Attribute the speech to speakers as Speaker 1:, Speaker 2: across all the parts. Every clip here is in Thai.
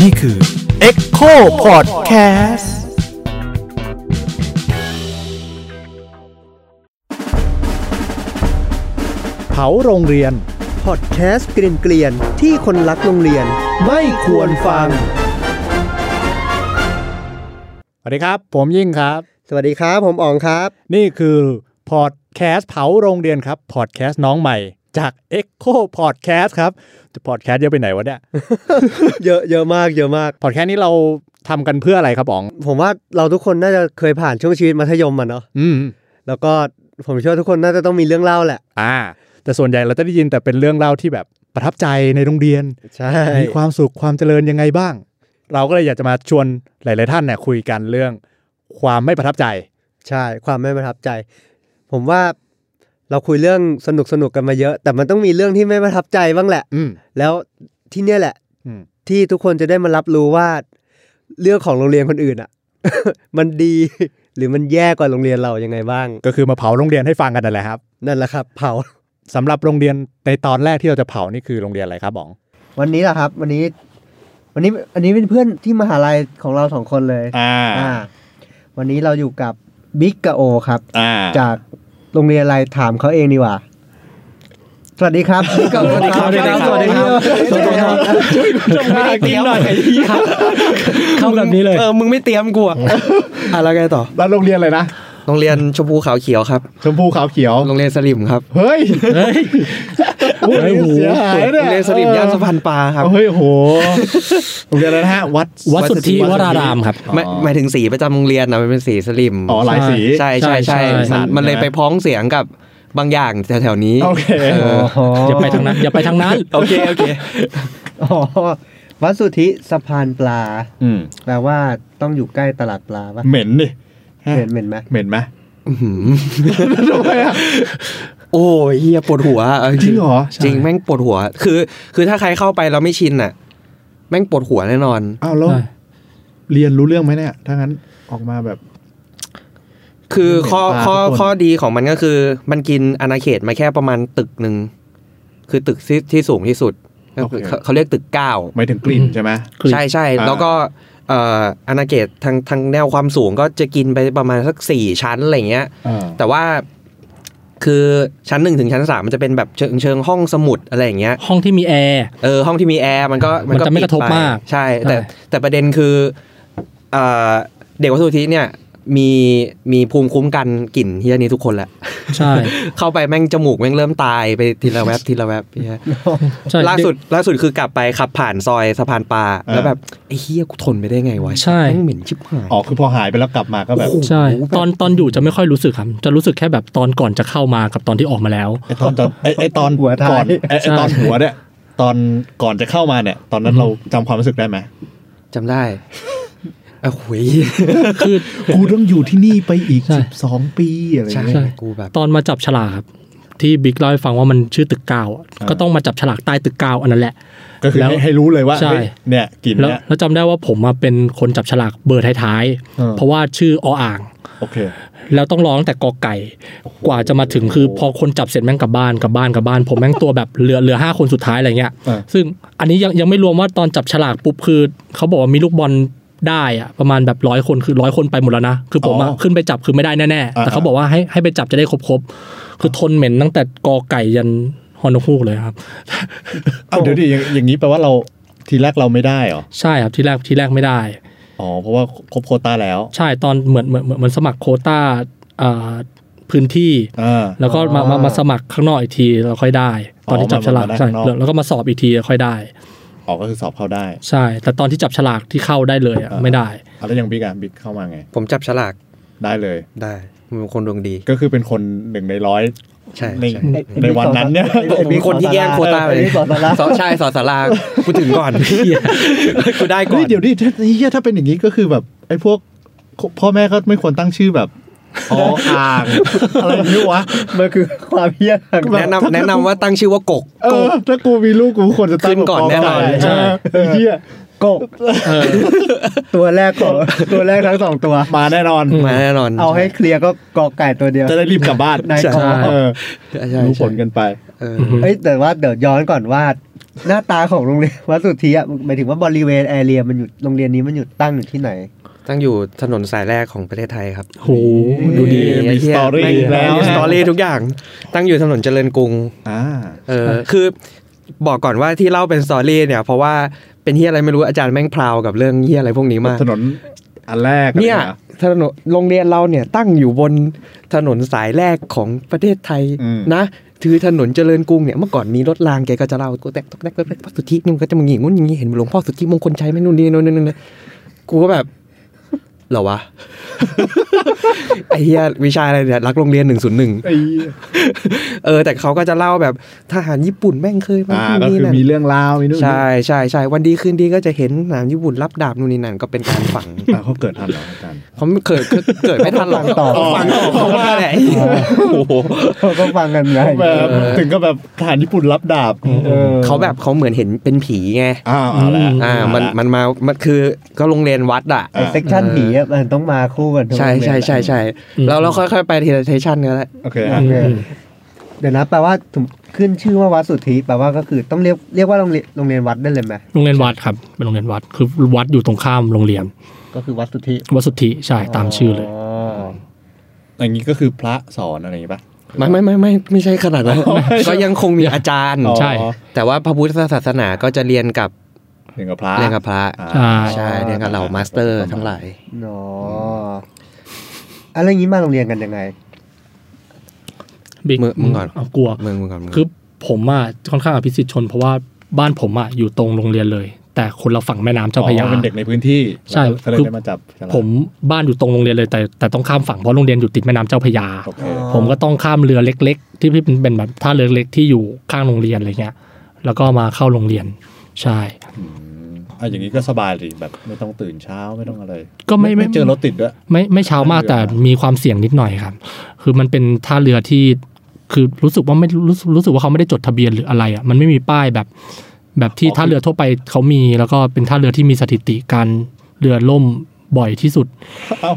Speaker 1: นี่คือ Echo Podcast เผาโรงเรียน
Speaker 2: พอดแคสต์เกลียนๆที่คนรักโรงเรียน
Speaker 1: ไม่ควรฟัง สวัสดีครับ ผมยิ่งครับ
Speaker 2: สวัสดีครับ ผมอ๋องครับ
Speaker 1: นี่คือพอดแคสต์เผาโรงเรียนครับพอดแคสต์น้องใหม่ จาก Echo Podcast ครับ จะพอดแคสต์เยอะไปไหนวะเนี่ย
Speaker 2: เยอะเยอะมากเยอะมาก
Speaker 1: พอดแคสต์นี้เราทำกันเพื่ออะไรครับอ๋อง
Speaker 2: ผมว่าเราทุกคนน่าจะเคยผ่านช่วงชีวิตมัธยมมาเนาะ
Speaker 1: อืม
Speaker 2: แล้วก็ผมเชื่อว่าทุกคนน่าจะต้องมีเรื่องเล่าแหละ
Speaker 1: อ่า แต่ส่วนใหญ่เราจะได้ยินแต่เป็นเรื่องเล่าที่แบบประทับใจในโรงเรียน
Speaker 2: ใช่
Speaker 1: มีความสุขความเจริญยังไงบ้าง เราก็เลยอยากจะมาชวนหลาย ๆ ท่านเนี่ยคุยกันเรื่องความไม่ประทับใจ
Speaker 2: ใช่ความไม่ประทับใจ ผมว่าเราคุยเรื่องสนุกสนุกๆกันมาเยอะ แต่มันต้องมีเรื่องที่ไม่ประทับใจบ้างแหละ
Speaker 1: อืม
Speaker 2: แล้วที่เนี่ยแหละ
Speaker 1: อืม
Speaker 2: ที่ทุกคนจะได้มารับรู้ว่าเรื่องของโรงเรียนคนอื่นอะ มันดี หรือมันแย่กว่าโรงเรียนเรายังไงบ้าง
Speaker 1: ก็คือมาเผาโรงเรียนให้ฟังกันนั่นแหละครับ
Speaker 2: นั่นแหละครับ เผา
Speaker 1: สำหรับโรงเรียนในตอนแรกที่เราจะเผานี่คือโรงเรียนอะไรครับบ๋อง
Speaker 2: วันนี้แหละครับ วันนี้ วันนี้อันนี้เป็นเพื่อนที่มหาลัยของเราสองคนเลย
Speaker 1: อ่า
Speaker 2: อ่า วันนี้เราอยู่กับบิ๊กกะโอครับ
Speaker 1: อ่า
Speaker 2: จากโรงเรียนอะไรถามเขาเองดีกว่า สวัสดีครับ บิ๊กกะโอ
Speaker 3: สวัสดีครับสวัสดีครับ
Speaker 2: สวัสดีครับ
Speaker 3: ไม่ได้เตรียมหน่อยเข้าแบบนี้เลย
Speaker 4: เออ มึงไม่เตรียมกูอะอ่ะแล้วไงต่อ
Speaker 1: แล้วโรงเรียนอะไรนะ
Speaker 4: โรงเรียนชมพูขาวเขียวครับ
Speaker 1: ชมพูขาวเขียว
Speaker 4: โรงเรียนสลิมครับ
Speaker 1: เฮ้ย
Speaker 3: เฮ้ย
Speaker 1: โอ้ย
Speaker 3: โอ้โห
Speaker 1: เสียหาย
Speaker 4: โรงเรียนสลิมย่านสะพานปลาครับ
Speaker 1: เฮ้ยโหโรงเรียนอะไรนะฮะวัด
Speaker 3: วัดสุทธิวรารามครับ
Speaker 4: หมายหมายถึงสีประจำโรงเรียนนะมันเป็นสีสลิม
Speaker 1: อ๋อหลายสี
Speaker 4: ใช่ใช่ใช่
Speaker 3: ใช่ใช่
Speaker 4: มันมันเลยไปพ้องเสียงกับบางอย่างแถวๆนี้
Speaker 1: โอเค
Speaker 4: เออ
Speaker 3: อย่าไปทางนั้นอย่าไปทางนั้น
Speaker 4: โอเคโอเค
Speaker 2: อ๋อวัดสุทธิสะพานปลา
Speaker 1: อืม
Speaker 2: แปลว่าต้องอยู่ใกล้ตลาดปลาปะ
Speaker 1: เหม็นดิ
Speaker 2: เห็นเห็นไหม
Speaker 1: เหม็นไหม
Speaker 4: อื้อหือ
Speaker 1: ทำไมอ่ะ
Speaker 4: โอ้ยเฮียปวดหัวา
Speaker 1: จริงเหรอใช่
Speaker 4: จริงแม่งปวดหัว คือ คือถ้าใครเข้าไปแล้วไม่ชินอ่ะ แม่งปวดหัวแน่นอน
Speaker 1: อ้าวแล้ว
Speaker 3: ใช่
Speaker 1: เรียนรู้เรื่องไหมเนี่ย ถ้างั้นออกมาแบบ
Speaker 4: คือข้อ
Speaker 1: เห็นปลา
Speaker 4: ข้อ
Speaker 1: ทุกคน
Speaker 4: ข้อดีของมันก็คือ มันกินอาณาเขตมาแค่ประมาณตึกหนึ่ง คือตึกที่ที่สูงที่สุดก็คือเขาเขาเรียกตึกเก้า
Speaker 1: หมายถึงกลิ่นใช่ไหม
Speaker 4: ใช่ใช่
Speaker 1: อ่า
Speaker 4: แล้วก็เอ่ออาณาเขตทางทางแนวความสูงก็จะกินไปประมาณสักสี่ชั้นอะไรเงี้ย
Speaker 1: อ่า
Speaker 4: แต่ว่าคือชั้นหนึ่งถึงชั้นสามมันจะเป็นแบบเชิงเชิงห้องสมุดอะไรอย่างเงี้ย
Speaker 3: ห้องที่มีแอร์
Speaker 4: เออห้องที่มีแอร์มันก็
Speaker 3: มันจะไม่กระทบ
Speaker 4: ปิดป
Speaker 3: มาก
Speaker 4: ใช่ แต่
Speaker 3: ใช่
Speaker 4: แต่ประเด็นคือเอ่อเด็กวัดสุทธิเนี่ย มีมีภูมิคุ้มกันกลิ่นเฮียนี้ทุกคนแหละ
Speaker 3: ใช่
Speaker 4: เข้าไปแม่งจมูกแม่งเริ่มตายไปทีละแวบทีละแวบเหี้ย
Speaker 3: ใช่
Speaker 4: ล่าสุดล่าสุดคือกลับไปขับผ่านซอยสะพานปลาแล้วแบบไอ้เฮียกูทนไปได้ไงวะ
Speaker 3: ใช่
Speaker 4: แม่งเหม็นชิบหาย
Speaker 1: อ๋อคือพอหายไปแล้วกลับมาก็แบบ
Speaker 3: ใช่ ตอนตอนอยู่จะไม่ค่อยรู้สึกครับ จะรู้สึกแค่แบบตอนก่อนจะเข้ามากับตอนที่ออกมาแล้ว
Speaker 1: ไอตอนตอนไอไอตอน
Speaker 2: หัวท้าย
Speaker 1: ก่อนไอไอ
Speaker 3: ใช่
Speaker 1: ตอนหัวเนี่ย ตอนก่อนจะเข้ามาเนี่ย ตอนนั้นเราจำความรู้สึกได้ไหม
Speaker 4: จำได้โอ้โหย
Speaker 3: คือ
Speaker 1: กูต้องอยู่ที่นี่ไปอีก
Speaker 3: ใช่
Speaker 1: สิบสองปีอะไรอ
Speaker 4: ใช่
Speaker 1: ย่างเงี้ย
Speaker 4: กูแบบ
Speaker 3: ตอนมาจับฉลากครับ ที่บิ๊กเล่าให้ฟังว่ามันชื่อตึกเก้าอะ
Speaker 1: อ่า
Speaker 3: ก็ต้องมาจับฉลากใต้ตึกเก้าอันนั้นแหละ
Speaker 1: ก็คือให้
Speaker 3: แล้ว
Speaker 1: ให้รู้เลยว่า
Speaker 3: ใช่
Speaker 1: เฮ้ยเนี่ยกลิ่น
Speaker 3: แล้ว
Speaker 1: เนี่ย
Speaker 3: แล้วจำได้ว่าผมมาเป็นคนจับฉลากเบอร์ท้าย
Speaker 1: อ่า
Speaker 3: ๆเพราะว่าชื่อออ่าง
Speaker 1: โอเค
Speaker 3: แล้วต้องร้องแต่กอไก่ กว่าจะมาถึงคือพอคนจับเสร็จแม่งกลับบ้านกลับบ้านกลับบ้าน ผมแม่งตัวแบบเหลือเหลือห้าคนสุดท้ายอะไรเงี้ย
Speaker 1: เออ
Speaker 3: ซึ่งอันนี้ยังยังไม่รวมว่าตอนจับฉลากปุ๊บคือเขาบอกว่ามีลูกบอลได้อะประมาณแบบร้อยคนคือร้อยคนไปหมดแล้วนะ คือผมอะ
Speaker 1: อ๋อ
Speaker 3: ขึ้นไปจับคือไม่ได้แน่ๆ
Speaker 1: อ่า
Speaker 3: แต่เขาบอกว่าให้ให้ไปจับจะได้ครบๆ คือทนเหม็นตั้งแต่กอไก่ยันฮอนฮูกเลยครับ
Speaker 1: เอาเดี๋ยวดิอย่างอย่างนี้แปลว่าเราทีแรกเราไม่ได้เหรอ
Speaker 3: ใช่ครับที่แรกที่แรกไม่ได้
Speaker 1: อ๋อเพราะว่าครบโควต้าแล้ว
Speaker 3: ใช่ตอนเหมือนเหมือนเหมือนเหมือนสมัครโควต้าอ่าพื้นที่
Speaker 1: อ่า
Speaker 3: แล้วก็มามามาสมัครข้างนอกอีกทีเราค่อยได้ ตอนที่จับฉลาก
Speaker 1: มามา
Speaker 3: ใช่
Speaker 1: ข้างนอก
Speaker 3: แล้วแล้วก็มาสอบอีกทีเราค่อยได้
Speaker 1: อ๋อก็คือสอบเข้าได้
Speaker 3: ใช่ แต่ตอนที่จับฉลากที่เข้าได้เลยอะ
Speaker 1: อ่า
Speaker 3: ไม่ได้
Speaker 1: อ่ะแล้วอยังบิ๊กอ่ะบิ๊กเข้ามาไง
Speaker 4: ผมจับฉลาก
Speaker 1: ได้เลย
Speaker 4: ได้ผมเป็นคนดวงดี
Speaker 1: ก็คือเป็นคนหนึ่งในร้อย
Speaker 4: ใช่
Speaker 1: ใน
Speaker 4: ใช่
Speaker 1: ในวันนั้นเนี่ย
Speaker 4: ผมเป็นคนที่แย่งโควต้าไป
Speaker 2: ไอ้บิ๊กสอนสาระ
Speaker 4: สอใช่สอนสารากูถึงก่อนกูได้ก่อ
Speaker 1: นี่
Speaker 4: น
Speaker 1: เดี๋ยวดิถ้าเฮียถ้าเป็นอย่างนี้ก็คือแบบไอ้พวกพ่อแม่ก็ไม่ควรตั้งชื่อแบบออ่าง อะไรอย่างนี้วะ
Speaker 2: มันคือความเพี้ยนทาง
Speaker 4: แนะนำแนะนำว่าตั้งชื่อว่ากก
Speaker 1: เออถ้ากูมีลูกกูควรจะตั้ง
Speaker 4: ขึ้นก่อนแน่นอน
Speaker 1: ใช่ไอ้เฮีย
Speaker 2: กบตัวแรกของตัวแรกทั้งสองตัว
Speaker 1: มาแน่นอน
Speaker 4: มาแน่นอน
Speaker 2: เอาให้เคลียร์ก็กอไก่ตัวเดียว
Speaker 1: จะได้รีบกลับบ้าน
Speaker 2: ใช่
Speaker 1: เออ
Speaker 4: ใช่ใช่
Speaker 1: รู้ผลกันไป
Speaker 4: เออ
Speaker 2: เอ้ยแต่ว่าเดี๋ยวย้อนก่อนว่า หน้าตาของโรงเรียนวัดสุทธิอ่ะหมายถึงว่าบริเวณแอเรียมันอยู่โรงเรียนนี้มันอยู่ตั้งอยู่ที่ไหน
Speaker 4: ตั้งอยู่ถนนสายแรกของประเทศไทยครับ
Speaker 3: โหดูดี
Speaker 1: มีสตอรี่แล้ว
Speaker 4: สตอรี่ทุกอย่าง ตั้งอยู่ถนนเจริญกรุง
Speaker 1: อ่า
Speaker 4: เออคือบอกก่อนว่าที่เล่าเป็นสตอรี่เนี่ย เพราะว่าเป็นเฮียอะไรไม่รู้อาจารย์แม่งพราวกับเรื่องเฮียอะไรพวกนี้มาก
Speaker 1: ถนนอันแรก
Speaker 4: เนี่ยถนนโรงเรียนเราเนี่ยตั้งอยู่บนถนนสายแรกของประเทศไทยนะถือถนนเจริญกรุงเนี่ยเมื่อก่อนมีรถรางแกก็จะเล่ากูแตกตกแตกตกแตกพระสุทธินู่นก็จะมึงอย่างงู้นอย่างงี้เห็นหลวงพ่อสุทธิมงคลชัยไหมนู่นนี่นู่นนนนู่นกูก็แบบเหรอวะ ไอ้เหี้ยวิชาอะไรเนี่ยรักโรงเรียนหนึ่งศูนย์หนึ่ง
Speaker 1: ไอ้
Speaker 4: เออ แต่เขาก็จะเล่าแบบทหารญี่ปุ่นแม่งเคยมา
Speaker 1: อ่า
Speaker 4: ที่
Speaker 1: ก็คื
Speaker 4: นี่
Speaker 1: อ
Speaker 4: นั่น
Speaker 1: มีเรื่องราวมีนู่น
Speaker 4: ใช่ใช่ใช่วันดีคืนดีก็จะเห็นหนามญี่ปุ่นรับดาบนู่นนี่นั่นก็เป็นการฝัง
Speaker 1: อ่าเขาเกิดทันเหรออาจารย์
Speaker 4: เขาไม่เกิดเกิดไม่ทันหรอก
Speaker 2: ต่อ
Speaker 4: ฝังต่อเขาว่าแหละโอ้โห
Speaker 2: เขาก็ฟังกันไง
Speaker 1: แบบถึงก็แบบทหารญี่ปุ่นรับดาบ
Speaker 2: ออ
Speaker 4: เขาแบบเขาเหมือนเห็นเป็นผีไง
Speaker 1: อ้าวเอาละ
Speaker 4: อ่ามันมันมามันคือก็โรงเรียนวัดอ่ะ
Speaker 2: ไอเซ็กชันผีอ่ะมันต้องมาคู่กันทุก
Speaker 4: ใช่
Speaker 2: โรงเรียน
Speaker 4: ใช่ใช่ใช่
Speaker 3: อืม
Speaker 4: แล้วเราค่อยๆไปทีละเทชันก็ได้
Speaker 1: โอเคอ่ะ
Speaker 3: อืม
Speaker 2: เดี๋ยวนะแปลว่าถึงขึ้นชื่อว่าวัดสุทธิแปลว่าก็คือต้องเรียกเรียกว่าโรงเรียนโรงเรียนวัดได้เลยไหม
Speaker 3: โรงเรียนวัดครับเป็นโรงเรียนวัดคือวัดอยู่ตรงข้ามโรงเรียน
Speaker 2: ก็คือวัดสุทธิ
Speaker 3: วัดสุทธิใช่ตามชื่อเลย
Speaker 1: อย่างนี้ก็คือพระสอนอะไรอย่างงี้ปะ
Speaker 4: ไม่ไม่ไม่ไม่ไม่ใช่ขนาดนั้น
Speaker 1: อ๋อไม่ใช่
Speaker 4: ก็ยังคงมีอาจารย์
Speaker 1: อ๋อ
Speaker 3: ใช่
Speaker 4: แต่ว่าพระพุทธศาสนาก็จะเรียนกับ
Speaker 1: เรียนกับพระ
Speaker 4: เรียนกับพระ
Speaker 1: อ่า
Speaker 3: ใช่
Speaker 4: ใช่เรียนกับเหล่ามาสเตอร์ทั้งหลาย
Speaker 2: อ๋ออะไรอย่างนี้มาโรงเรียนกันยังไง
Speaker 3: บิ๊ก
Speaker 4: มึงมึงก่อน
Speaker 3: เอากลัว
Speaker 4: มึงมึงก่อนมึง
Speaker 3: คือผมอ่ะค่อนข้างอภิสิทธิ์ชน เพราะว่าบ้านผมอ่ะอยู่ตรงโรงเรียนเลย แต่คนเราฝั่งแม่น้ำเจ้าพระยา
Speaker 1: อ๋อเป็นเด็กในพื้นที่
Speaker 3: ใช่
Speaker 1: ก็เลย
Speaker 3: คือ
Speaker 1: ได้มาจับฉลาก
Speaker 3: ผมบ้านอยู่ตรงโรงเรียนเลย แต่แต่ต้องข้ามฝั่งเพราะโรงเรียนอยู่ติดแม่น้ำเจ้าพระยา
Speaker 1: โอเค
Speaker 2: อ๋อ
Speaker 3: ผมก็ต้องข้ามเรือเล็ก ๆ ที่เป็นเป็นแบบท่าเรือเล็กที่อยู่ข้างโรงเรียนอะไรเงี้ย แล้วก็มาเข้าโรงเรียน ใช่
Speaker 1: มอ่ะอย่างนี้ก็สบายเลยแบบไม่ต้องตื่นเช้าไม่ต้องอะไร
Speaker 3: ก็ไม่ไม่
Speaker 1: เจอรถติดด้วย
Speaker 3: ไม่ไม่เช้ามาก
Speaker 1: ท่าเรือ
Speaker 3: แต่มีความเสี่ยงนิดหน่อยครับ คือมันเป็นท่าเรือที่คือรู้สึกว่าไม่รู้สึกรู้สึกว่าเขาไม่ได้จดทะเบียนหรืออะไรอ่ะมันไม่มีป้ายแบบ แบบที่ท่าเรือทั่วไปเขามี แล้วก็เป็นท่าเรือที่มีสถิติการเรือล่มบ่อยที่สุด
Speaker 1: เอ้า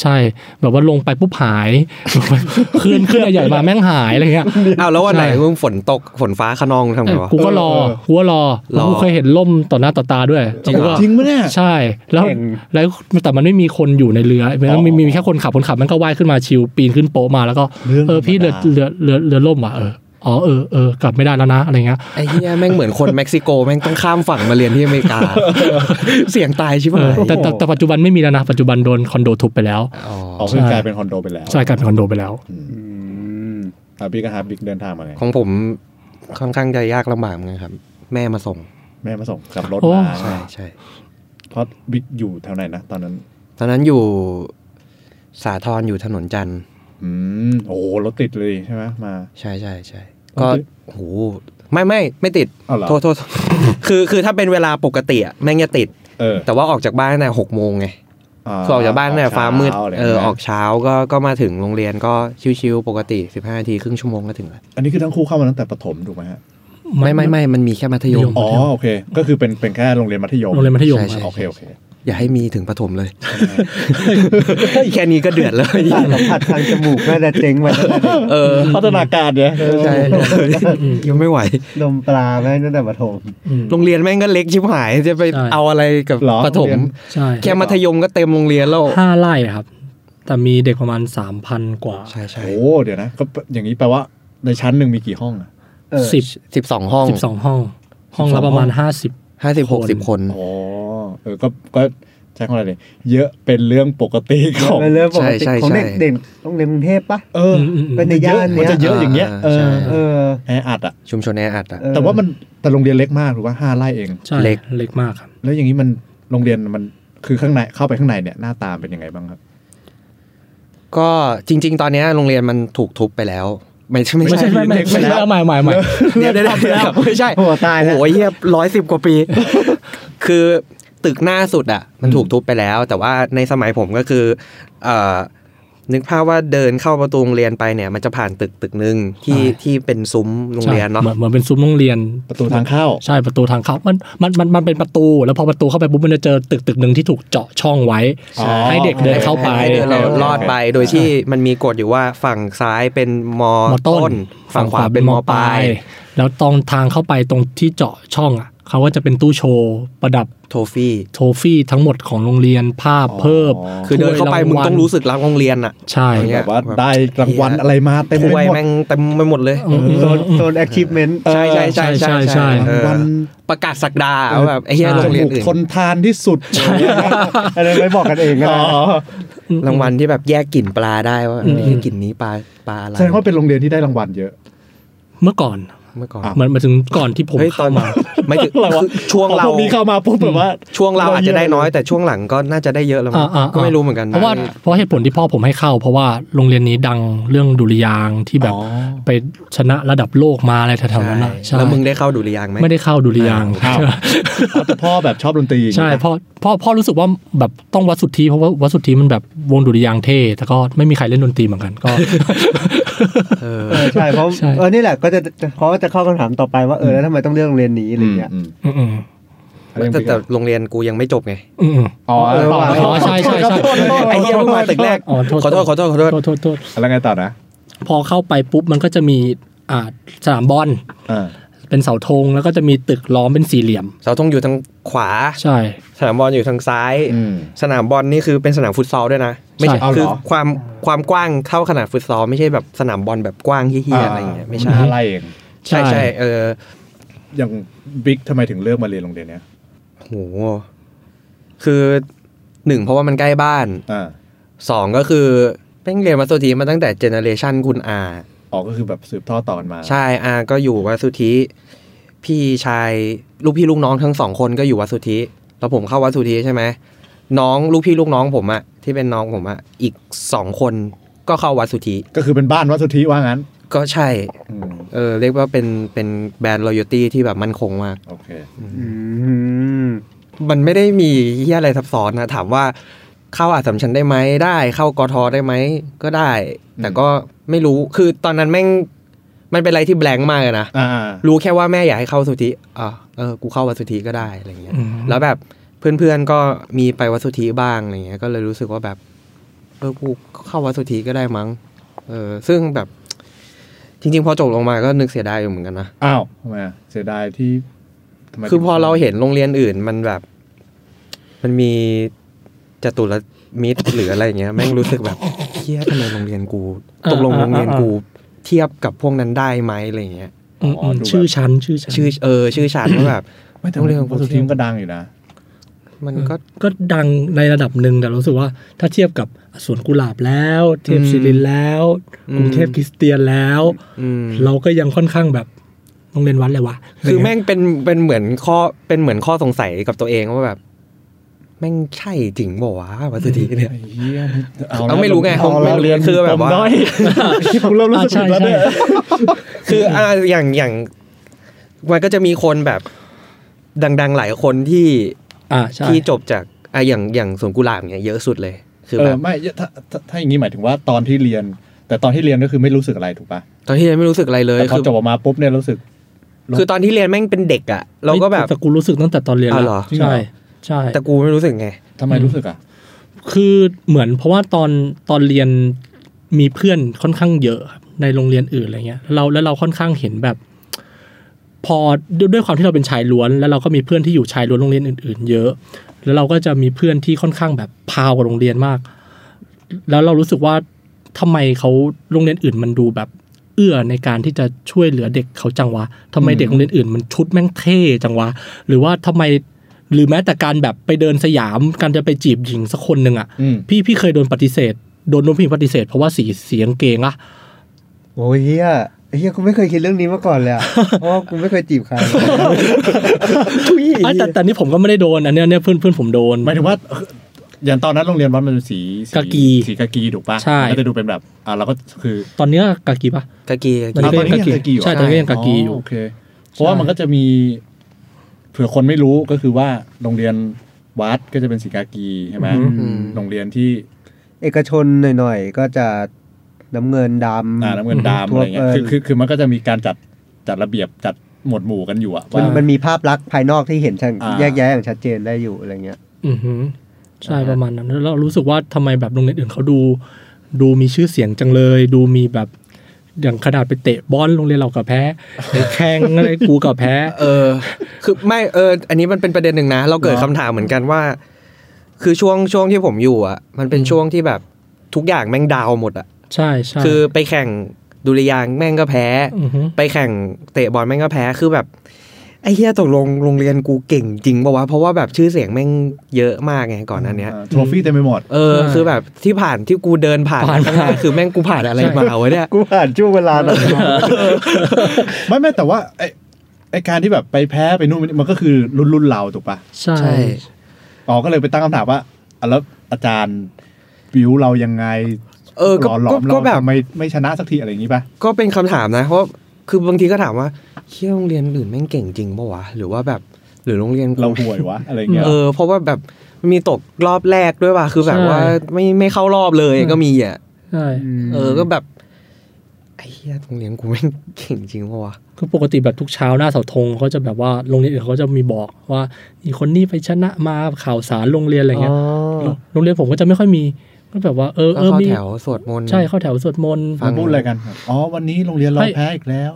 Speaker 3: ใช่ แบบว่าลงไปปุ๊บหาย ลงไปคลื่นคลื่นใหญ่ๆมาแม่งหายอะไรเงี้ย
Speaker 4: อ้าวแล้ววันไหน
Speaker 3: ใช่
Speaker 4: มึงฝนตกฝนฟ้าขนองทำไงวะ
Speaker 3: กูก็รอกูก็รอ
Speaker 4: รอ
Speaker 3: กูเคยเห็นล่มต่อหน้าต่อตาด้วย
Speaker 4: จริงเหรอ
Speaker 1: จริงปะเนี่ย
Speaker 3: ใช่แล้ว
Speaker 2: เก่ง
Speaker 3: แล้วแต่มันไม่มีคนอยู่ในเรือมัน
Speaker 1: อ๋อ
Speaker 3: มีมีมีแค่คนขับคนขับมันก็ว่ายขึ้นมาชิวปีนขึ้นโป๊ะมาแล้วก็
Speaker 1: เรื่อง
Speaker 3: เออพี่
Speaker 1: ธร
Speaker 3: เรือ
Speaker 1: รมดา
Speaker 3: เรือเรือเรือล่มอ่ะเอออ๋อเออเออกลับไม่ได้แล้วนะอะไรเงี้ย
Speaker 4: ไอ้เหี้ยแม่งเหมือนคนเม็กซิโกแม่งต้องข้ามฝั่งมาเรียนที่อเมริกา เสี่ยงตายชิบ
Speaker 3: เอ
Speaker 4: หา
Speaker 3: อย แต่แต่แต่ปัจจุบันไม่มีแล้วนะปัจจุบันโดนคอนโดทุบไปแล้ว
Speaker 4: อ๋อ
Speaker 1: อ๋อคือกลายเป็นคอนโดไปแล้ว
Speaker 3: ใช่กลายเป็นคอนโดไปแล้ว
Speaker 2: อืม
Speaker 1: อ่ะบิ๊กอะครับบิ๊กเดินทางมาไง
Speaker 4: ของผมค่อนข้างจะยากลำบากเหมือนกันครับ แม่มาส่ง
Speaker 1: แม่มาส่งขับรถ
Speaker 3: โอ้
Speaker 1: มา
Speaker 4: ใช่ใช่
Speaker 1: เพราะบิ๊กอยู่แถวไหนนะตอนนั้น
Speaker 4: ตอนนั้นอยู่สาทรอยู่ถนนจันทร์
Speaker 1: อืมโอ้โหรถติดเลยใช่ไหมมา
Speaker 4: ใช่ใช่ใช่
Speaker 1: ร
Speaker 4: ก็
Speaker 1: ถติด
Speaker 4: โหไม่ไม่ไม่ติด
Speaker 1: อ้าวเหรอ
Speaker 4: โทษโทษโทษคือคือถ้าเป็นเวลาปกติอะแม่งจะติด
Speaker 1: เออ
Speaker 4: แต่ว่าออกจากบ้านตั้งแต่หกโมงไง คือออกจากบ้านเนี่ยฟ้ามืด
Speaker 1: ช้ะไรย่ง
Speaker 4: เอ
Speaker 1: งี้
Speaker 4: อย ออกเช้าก็ก็มาถึงโรงเรียนก็ชิวๆปกติ 15นาทีครึ่งชั่วโมงก็ถึงแล้ว
Speaker 1: อันนี้คือทั้งคู่เข้ามาตั้งแต่ประถมถูกไหมฮะ
Speaker 4: ไม่ไม่ไม่มันมีแค่มัธยม
Speaker 1: อ๋อโอเค ก็คือเป็นเป็นแค่โรงเรียนมัธยม
Speaker 3: โรงเรียนมัธยม
Speaker 4: ใช่ใช่
Speaker 1: โอเคโอเค
Speaker 4: อย่าให้มีถึงประถมเลย แค่นี้ก็เดือดแล้ว
Speaker 2: สายสัมผัสทางจมูกน่าจะเจ๊งมาตั้งแต่เด็ก
Speaker 4: เออ
Speaker 1: พัฒนาการเนี่ย
Speaker 4: ใช่ยังไม่ไหว
Speaker 2: ดมปลาแม่งตั้งแต่ประถม
Speaker 3: อืม
Speaker 4: โรงเรียนแม่งก็เล็กชิบหายจะไป
Speaker 3: ใช่
Speaker 4: เอาอะไรกับ
Speaker 1: เหรอ
Speaker 4: ประถ
Speaker 1: โร
Speaker 4: ม
Speaker 1: งเรียน
Speaker 3: ใช่
Speaker 4: แค่มัธยมก็เต็มโรงเรียนแล้ว
Speaker 3: ห้าไร่ครับ แต่มีเด็กประมาณสามพันกว่า
Speaker 4: ใช่ใช่
Speaker 1: โอ้เดี๋ยวนะก็อย่างนี้แปลว่าในชั้นหนึ่งมีกี่ห้องอะ
Speaker 2: เออ
Speaker 3: สิบ
Speaker 4: สิบสองห้อง
Speaker 3: สิบสองห้อง ห้องละประมาณ
Speaker 1: ห้อง
Speaker 3: ห้าสิบ
Speaker 4: ห้าสิบหกสิบคน
Speaker 1: อ๋อเออก็ก็ใช้คำอะไรเลยเยอะเป็นเรื่องปกติของ
Speaker 2: เป็นเรื่องปกติ
Speaker 4: ใช่ใช่
Speaker 2: ของเด็ก
Speaker 4: ใช่
Speaker 2: เด่นต้องเรียนกรุงเทพปะ
Speaker 1: เอออ
Speaker 3: ม
Speaker 2: เป็นในย่าน
Speaker 1: มั
Speaker 2: เนี้ย
Speaker 1: จะเยอะอย่างเงี้ยเอ
Speaker 4: ใช่
Speaker 1: อ
Speaker 2: เออ
Speaker 1: แออัดอะ
Speaker 4: ชุมชนแออัดอ่ะ
Speaker 2: เออ
Speaker 1: แต่ว่ามันแต่โรงเรียนเล็กมากหรือว่าห้าไร่เอง
Speaker 3: ใช่
Speaker 4: เล็ก
Speaker 3: เล็กมากครับ
Speaker 1: แล้วอย่างนี้มันโรงเรียนมันคือข้างในเข้าไปข้างในเนี่ยหน้าตาเป็นยังไงบ้างครับ
Speaker 4: ก็จริง ๆ ตอนเนี้ยโรงเรียนมันถูกทุบไปแล้ว ไม่ใช่ไม่
Speaker 3: ไม่
Speaker 4: ใช่
Speaker 3: ใช่ไม่ไม่ไม่ใช่เอาใหม่ใหม่ใหม่
Speaker 4: เดี๋ยวเดี๋ยวเดี๋ยวไม่ใช่
Speaker 2: โอ้โหตายแล้ว
Speaker 4: โอ้ยเฮียร้อยสิบกว่าปี คือตึกหน้าสุดอ่ะ มันถูกทุบไปแล้ว แต่ว่าในสมัยผมก็คือ เอ่อ นึกภาพว่าเดินเข้าประตูโรงเรียนไปเนี่ย มันจะผ่านตึกตึกหนึ่งที่
Speaker 3: ใช่
Speaker 4: ที่เป็นซุ้มโรงเรียนเนาะ
Speaker 3: ใช่หมือเหมือนเป็นซุ้มโรงเรียน
Speaker 5: ประตูทางเข้า
Speaker 3: ใช่ประตูทางเข้ามันมันมันมันเป็นประตู แล้วพอประตูเข้าไปปุ๊บมันจะเจอตึกตึกหนึ่งที่ถูกเจาะช่องไว้
Speaker 5: อ๋อ
Speaker 3: ให้เด็กเดินเข้าไป
Speaker 4: ให้เดินเราลอดไปโดยที่มันมีกฎอยู่ว่าฝั่งซ้ายเป็นมอ
Speaker 3: มอต้น
Speaker 4: ฝั่งขวาเป็นมอปลาย
Speaker 3: แล้วตรงทางเข้าไปตรงที่เจาะช่องอ่ะเขาก็จะเป็นตู้โชว์ประดับ
Speaker 4: โทฟี่
Speaker 3: โทฟี่ทั้งหมดของโรงเรียนภาพเพิ่ม
Speaker 4: คือเดินเข้าไป
Speaker 3: ถ้วย
Speaker 4: มึง
Speaker 3: วัล
Speaker 4: ต้องรู้สึกรักโรงเรียนอ่ะ
Speaker 3: ใช่
Speaker 4: อย่งเงี้
Speaker 5: แบ
Speaker 4: ย
Speaker 5: บว่าได้รางวัลอะไรมาเต็มไป
Speaker 4: ถ้วย
Speaker 5: หมด
Speaker 4: แม่งเต็มไปหมดเลย
Speaker 2: โซนโซนแอคทีฟเมนต์
Speaker 4: ใช่ใช่ใช่ใช่ใช่เออ
Speaker 5: วัน
Speaker 4: ประกาศสักดาเอาแบบไอ้เหี้ย
Speaker 5: จ
Speaker 4: โรงเรียน
Speaker 5: มูก
Speaker 4: อื่น
Speaker 5: ทนทานที่สุด
Speaker 2: อะไรไม่บอกกันเองก็ได้
Speaker 4: รางวัลที่แบบแยกกลิ่นปลาได้ว่าไอ้เหี้ยกลิ่นนี้ปลาปลาอะไร
Speaker 5: แสดงว่าเป็นโรงเรียนที่ได้รางวัลเยอะ
Speaker 3: เมื่อก่อน
Speaker 4: เมื่อก่อน
Speaker 3: เหมือนมาถึงก่อนที่ผม
Speaker 4: เฮ้ยตอ
Speaker 3: เข้าน มา
Speaker 4: ไม่ถึง
Speaker 5: เราอะ
Speaker 4: คือช่วง
Speaker 5: พอ
Speaker 4: เรา
Speaker 5: พวกนี้เข้ามาปุ๊บแบบว่า
Speaker 4: ช่วงเราอาจจะได้น้อยแต่ช่วงหลังก็น่าจะได้เยอะแล้วมั้ง
Speaker 3: อ่าๆๆ
Speaker 4: ก็ไม่รู้เหมือนกัน
Speaker 3: เพราะว่าเพราะเหตุผลที่พ่อผมให้เข้า เพราะว่าโรงเรียนนี้ดังเรื่องดุริยางค์ที่แบบ
Speaker 5: อ๋อ
Speaker 3: ไปชนะระดับโลกมาอะไรแถวๆนั้นน่ะ
Speaker 4: ใช่
Speaker 3: ใช่
Speaker 4: แล้วมึงได้เข้าดุริยางค์ไหม
Speaker 3: ไม่ได้เข้าดุริยางค์
Speaker 5: อ้าว เอาแต่พ่อแบบชอบดนตรีอย่าง
Speaker 3: ใช่
Speaker 5: เงี้ย
Speaker 3: พ่อพ่อพ่อรู้สึกว่าแบบต้องวัดสุทธิเพราะว่าวัดสุทธิมันแบบวงดุริยางค์เท่แต่ก็ไม่มีใครเล่นดนตรีเหมือนกันก็
Speaker 2: เออใช่เพราะ
Speaker 3: ใช่
Speaker 2: เออนี่แหละก็จะเขาก็จะเข้าคำถามต่อไปว่าเออแล้วทำไมต้องเลือกโรงเรียนนี้อะไรเงี้ย
Speaker 5: อืม
Speaker 3: อืมอืม
Speaker 5: อืม
Speaker 4: แต่แต่โรงเรียนกูยังไม่จบไง
Speaker 3: อืมอืม
Speaker 5: อ๋อ
Speaker 2: เออ
Speaker 5: ต่อ
Speaker 2: ว่ะ
Speaker 5: แล้ว
Speaker 3: อ๋อใช่ใช่ใช่
Speaker 4: ไอ้เหี้ยเพิ่งมาตึกแรก
Speaker 3: อ๋อโทษ
Speaker 4: ขอโทษขอโทษขอโทษ
Speaker 3: โทษโทษโทษ
Speaker 5: แล้วไงต่อนะ
Speaker 3: พอเข้าไปปุ๊บมันก็จะมีอ่าสนามบอล
Speaker 5: อ่า
Speaker 3: เป็นเสาธงแล้วก็จะมีตึกล้อมเป็นสี่เหลี่ยม
Speaker 4: เสาธงอยู่ทางขวา
Speaker 3: ใช่
Speaker 4: สนามบอลอยู่ทางซ้าย
Speaker 5: อืม
Speaker 4: สนามบอลนี่คือเป็นสนามฟุตซอลด้วยนะ ไม่ใช่
Speaker 5: ใช่เอาเหรอ
Speaker 4: คือความความกว้างเท่าขนาดฟุตซอลไม่ใช่แบบสนามบอลแบบกว้างเฮี้ยๆอะไรอย่างเงี้ยไม่ใช่
Speaker 5: อะไรเอง
Speaker 4: ใช่ใช่เออ
Speaker 5: อย่างบิ๊กทำไมถึงเลือกมาเรียนโรงเรียนเนี้ย
Speaker 4: โหคือหนึ่งเพราะว่ามันใกล้บ้าน
Speaker 5: อ่า
Speaker 4: สองก็คือเป้งเรียนวัดสุทธิมาตั้งแต่เจเนอเรชันคุณอา
Speaker 5: อ๋อก็คือแบบสืบทอดต่อกันมา
Speaker 4: ใช่อาก็อยู่วัดสุทธิ พี่ชายลูกพี่ลูกน้องทั้งสองคนก็อยู่วัดสุทธิ แล้วผมเข้าวัดสุทธิใช่ไหมน้องลูกพี่ลูกน้องผมอะที่เป็นน้องผมอะอีกสองคนก็เข้าวัดสุทธิ
Speaker 5: ก็คือเป็นบ้านวัดสุทธิว่างั้น
Speaker 4: ก็ใช่
Speaker 5: อืม
Speaker 4: เออเรียกว่าเป็นเป็นแบรนด์รอยัลตี้ที่แบบมั่นคงมาก
Speaker 5: โอเค
Speaker 2: อืม
Speaker 4: มันไม่ได้มีเฮียอะไรซับซ้อนนะถามว่าเข้าอาสัมชันได้ไหมได้ เข้ากทได้ไหมก็ได้ แต่ก็ไม่รู้คือตอนนั้นแม่งมันเป็นอะไรที่แบงค์มากเลยนะ
Speaker 5: อ่า
Speaker 4: รู้แค่ว่าแม่อยากให้เข้าสุทธิอ่ะเออ กูเข้าวัดสุทธิก็ได้อะไรเงี้ย
Speaker 3: อืม
Speaker 4: แล้วแบบเพื่อนๆ ก็มีไปวัดสุทธิบ้างอะไรเงี้ย ก็เลยรู้สึกว่าแบบ เออ กูเข้าวัดสุทธิก็ได้มั้ง เออ ซึ่งแบบ จริง ๆ พอจบลงมาก็นึกเสียดายอยู่เหมือนกันนะ
Speaker 5: อ้าวทำไมอ่ะเสียดายที่ทำไม
Speaker 4: คือพอเราเห็นโรงเรียนอื่นมันแบบ มันมีจตุรมิตรหรืออะไรเงี้ย แม่งรู้สึกแบบเฮี้ยทำไมโรงเรียนกูตกลงโรงเรียนกูเทียบกับพวกนั้นได้ไหมอะไรเงี้ย
Speaker 3: อืมอืมชื่อชั้นชื่อชั้น
Speaker 4: ชื่อเออ ชื่อฉันว่าแบบ
Speaker 5: ไม่แต่โรงเรียนวัดสุทธิมันก็ดังอยู่นะ
Speaker 4: มันก็
Speaker 3: ก็ดังในระดับหนึ่งแต่รู้สึกว่าถ้าเทียบกับสวนกุหลาบแล้ว เทพศิรินแล้ว
Speaker 4: อืม
Speaker 3: กรุงเทพคริสเตียนแล้ว
Speaker 4: อืม
Speaker 3: เราก็ยังค่อนข้างแบบโรงเรียนวัดเลยวะ
Speaker 4: คือแม่งเป็นเป็นเหมือนข้อเป็นเหมือนข้อสงสัยกับตัวเองว่าแบบ แม่งใช่จริงบอกว่าวะวัตถุดิบเนี่ย
Speaker 5: ไอ้เหี้ย
Speaker 4: เอาไม่รู้ไง
Speaker 5: เอา
Speaker 4: ผมไม่รู้
Speaker 5: เรียน
Speaker 4: คือแบบ
Speaker 5: ผ
Speaker 4: ว่า
Speaker 5: มน้อยที่ผมเริ่มรู้สึก
Speaker 3: อ่ะใช่
Speaker 5: ผิดแล้ว
Speaker 3: ใช่
Speaker 5: เนี่ย
Speaker 4: คืออ่าอย่างอย่างมันก็จะมีคนแบบ ดัง ๆ หลายคนที่
Speaker 3: อ่าใช่
Speaker 4: ที่จบจากอ่ะอย่างอย่างสวนกุหลาบเนี่ยเยอะสุดเลย คือ
Speaker 5: เอ
Speaker 4: แบ
Speaker 5: อบไม่ถ้าถ้าถ้าอย่างนี้หมายถึงว่าตอนที่เรียน แต่ตอนที่เรียนก็คือไม่รู้สึกอะไรถูกปะ
Speaker 4: ตอนที่เรียนไม่รู้สึกอะไรเลย
Speaker 5: แต่พอ
Speaker 4: คือ
Speaker 5: จบออกมาปุ๊บเนี่ยรู้สึก
Speaker 4: คือตอนที่เรียนแม่งเป็นเด็กอะเราก็แบบ
Speaker 3: แต่กูรู้สึกตั้งแต่ตอนเรียน
Speaker 4: อ้าว
Speaker 3: แล้ว
Speaker 4: เหรอ
Speaker 3: ใช่ใช่
Speaker 4: แต่กูไม่รู้สึกไง
Speaker 5: ทำไมรู้สึกอ่ะ
Speaker 3: คือเหมือนเพราะว่าตอนตอนเรียนมีเพื่อนค่อนข้างเยอะครับในโรงเรียนอื่นอะไรเงี้ยเราแล้วเราค่อนข้างเห็นแบบ พอด้วยด้วยความที่เราเป็นชายล้วน แล้วเราก็มีเพื่อนที่อยู่ชายล้วนโรงเรียนอื่น ๆ เยอะ แล้วเราก็จะมีเพื่อนที่ค่อนข้างแบบพาวกับโรงเรียนมาก แล้วเรารู้สึกว่าทำไมเขาโรงเรียนอื่นมันดูแบบ เอื้อในการที่จะช่วยเหลือเด็กเขาจังวะทำไม
Speaker 5: อืม
Speaker 3: เด็กโรงเรียนอื่นมันชุดแม่งเท่จังวะ หรือว่าทำไมหรือแม้แต่การแบบไปเดินสยามการจะไปจีบหญิงสักคนหนึ่งอะ
Speaker 5: อืม
Speaker 3: พี่พี่เคยโดนปฏิเสธโดนรุ่นพี่ปฏิเสธเพราะว่าสีสีกางเกงอะ
Speaker 2: โอ้ยเฮียเฮียกูไม่เคยคิดเรื่องนี้มาก่อนเลยอะเพราะว่ากูไม่เคยจีบใคร
Speaker 3: อ่ะแต่แต่นี่ผมก็ไม่ได้โดนอันเนี้ยอันเนี้ยเพื่อนเพื่อนผมโดน
Speaker 5: หมายถึงว่าเอ่ออย่างตอนนั้นโรงเรียนวัดมันเป็นสีสี
Speaker 3: กากี
Speaker 5: สีกากีถูกปะ
Speaker 3: ใช่
Speaker 5: มันก็จะดูเป็นแบบอ่ะเราก็คือ
Speaker 3: ตอนเนี้ยกากีปะ
Speaker 4: กะกี
Speaker 3: ตอนนี้
Speaker 5: อ่ะต
Speaker 3: ก็
Speaker 5: อน
Speaker 3: ยัง
Speaker 5: นี้ยั
Speaker 3: กาก
Speaker 5: งากี
Speaker 3: กี
Speaker 5: อยู่
Speaker 3: ใช่
Speaker 5: อ่ะ
Speaker 3: ตอนนี้ก็ยังกากีอยู่
Speaker 5: โอเค เพราะว่ามันก็จะมี เผื่อคนไม่รู้ก็คือว่าโรงเรียนวัดก็จะเป็นสีกากีใช่ไหม
Speaker 3: อืม
Speaker 5: โรงเรียนที่
Speaker 2: เอกชนหน่อยๆ ก็จะน้ำเงินดำ
Speaker 1: อ่าน้ำเงินดาม
Speaker 2: ทั่
Speaker 1: อะ
Speaker 2: ว
Speaker 1: ไรเงี้ย
Speaker 2: เออ
Speaker 1: คือคือคือมันก็จะมีการจัดจัดระเบียบจัดหมวดหมู่กันอยู่อะ
Speaker 2: มัน
Speaker 1: ว่า
Speaker 2: มันมีภาพลักษณ์ภายนอกที่เห็นชัด
Speaker 1: อ่า
Speaker 2: แยกแยะอย่างชัดเจนได้อยู่อะไรเงี้ย
Speaker 3: อือหือใช่
Speaker 1: อ่าฮะ
Speaker 3: ประมาณนั้นแล้วเรารู้สึกว่าทำไมแบบโรงเรียนอื่นเขาดู ดูมีชื่อเสียงจังเลย ดูมีแบบอย่างขนาดไปเตะบอลโรงเรียนเรากับแพ้ไปแข่งอะไร กูกับแพ้
Speaker 4: เออ คือไม่เออ อันนี้มันเป็นประเด็นหนึ่งนะ เราเกิด
Speaker 1: เนอะ
Speaker 4: คำถามเหมือนกันว่า คือช่วงช่วงที่ผมอยู่อ่ะ มันเป็นช่วงที่แบบทุกอย่างแม่งดาวหมดอ่ะ
Speaker 3: ใช่ใช่
Speaker 4: คือไปแข่งดุริยางค์แม่งก็แพ้
Speaker 3: อหือ
Speaker 4: ไปแข่งเตะบอลแม่งก็แพ้ คือแบบไอ้เฮียตกลงโรงเรียนกูเก่งจริงปะวะ เพราะว่าแบบชื่อเสียงแม่งเยอะมากไงก่อนหนั้นเนี้ย
Speaker 1: อ่าโทรฟี่เต็มไปหมด
Speaker 4: เออ
Speaker 3: ใช่
Speaker 4: คือแบบที่ผ่านที่กูเดินผ่าน
Speaker 3: ผ่าน
Speaker 4: ข้างหน้า
Speaker 3: ผ่าน
Speaker 4: คือแม่งกูผ่านอะไรมาวะเนี่ย
Speaker 2: กูผ่านช่วงเวลานั้น
Speaker 1: ไม่ไม่แต่ว่าไอไอการที่แบบไปแพ้ไปนู่นไปนี่มันก็คือรุ่นรุ่นเราถูกปะ
Speaker 3: ใช่
Speaker 4: ใช่
Speaker 1: อ๋อก็เลยไปตั้งคำถามว่าอ่ะแล้วอาจารย์บิวเรายังไง
Speaker 4: เออ
Speaker 1: ห
Speaker 4: ก็
Speaker 1: ล่อหลอม
Speaker 4: ก็
Speaker 1: เรา
Speaker 4: แบบ
Speaker 1: ทำไม่ไม่ชนะสักทีอะไรอย่างนี้ปะ
Speaker 4: ก็เป็นคำถามนะ เพราะคือบางทีก็ถามว่าเชี่ยโรงเรียนอื่นแม่งเก่งจริงปะวะ หรือว่าแบบหรือโรงเรียนกู
Speaker 1: เราห่วยวะอะไรเงี้ย
Speaker 4: เออ เพราะว่าแบบมีตกรอบแรกด้วยว่ะคือแบบว่าไม่ไม่เข้ารอบเลยก็มีอ่ะ
Speaker 3: ใช่
Speaker 4: เออก็แบบไอ้เหี้ยโรงเรียนกูแม่งเก่งจริงปะวะ
Speaker 3: คือปกติแบบทุกเช้าหน้าเสาธงเขาจะแบบว่าโรงเรียนอื่นเขาจะมีบอกว่ามีคนนี้ไปชนะมาข่าวสารโรงเรียนอะไรเงี้ยโรงเรียนผมก็จะไม่ค่อยมีก็แบบว่าเออ
Speaker 4: ก็
Speaker 3: เออ
Speaker 4: เข้า
Speaker 3: มี
Speaker 4: แถวสวดมนต์
Speaker 3: ใช่เข้าแถวสวดมนต์
Speaker 4: ฟัง
Speaker 1: พูดอะไรกันอ๋อวันนี้โรงเรียนเรา
Speaker 3: ให้
Speaker 1: แพ้อีกแล้ว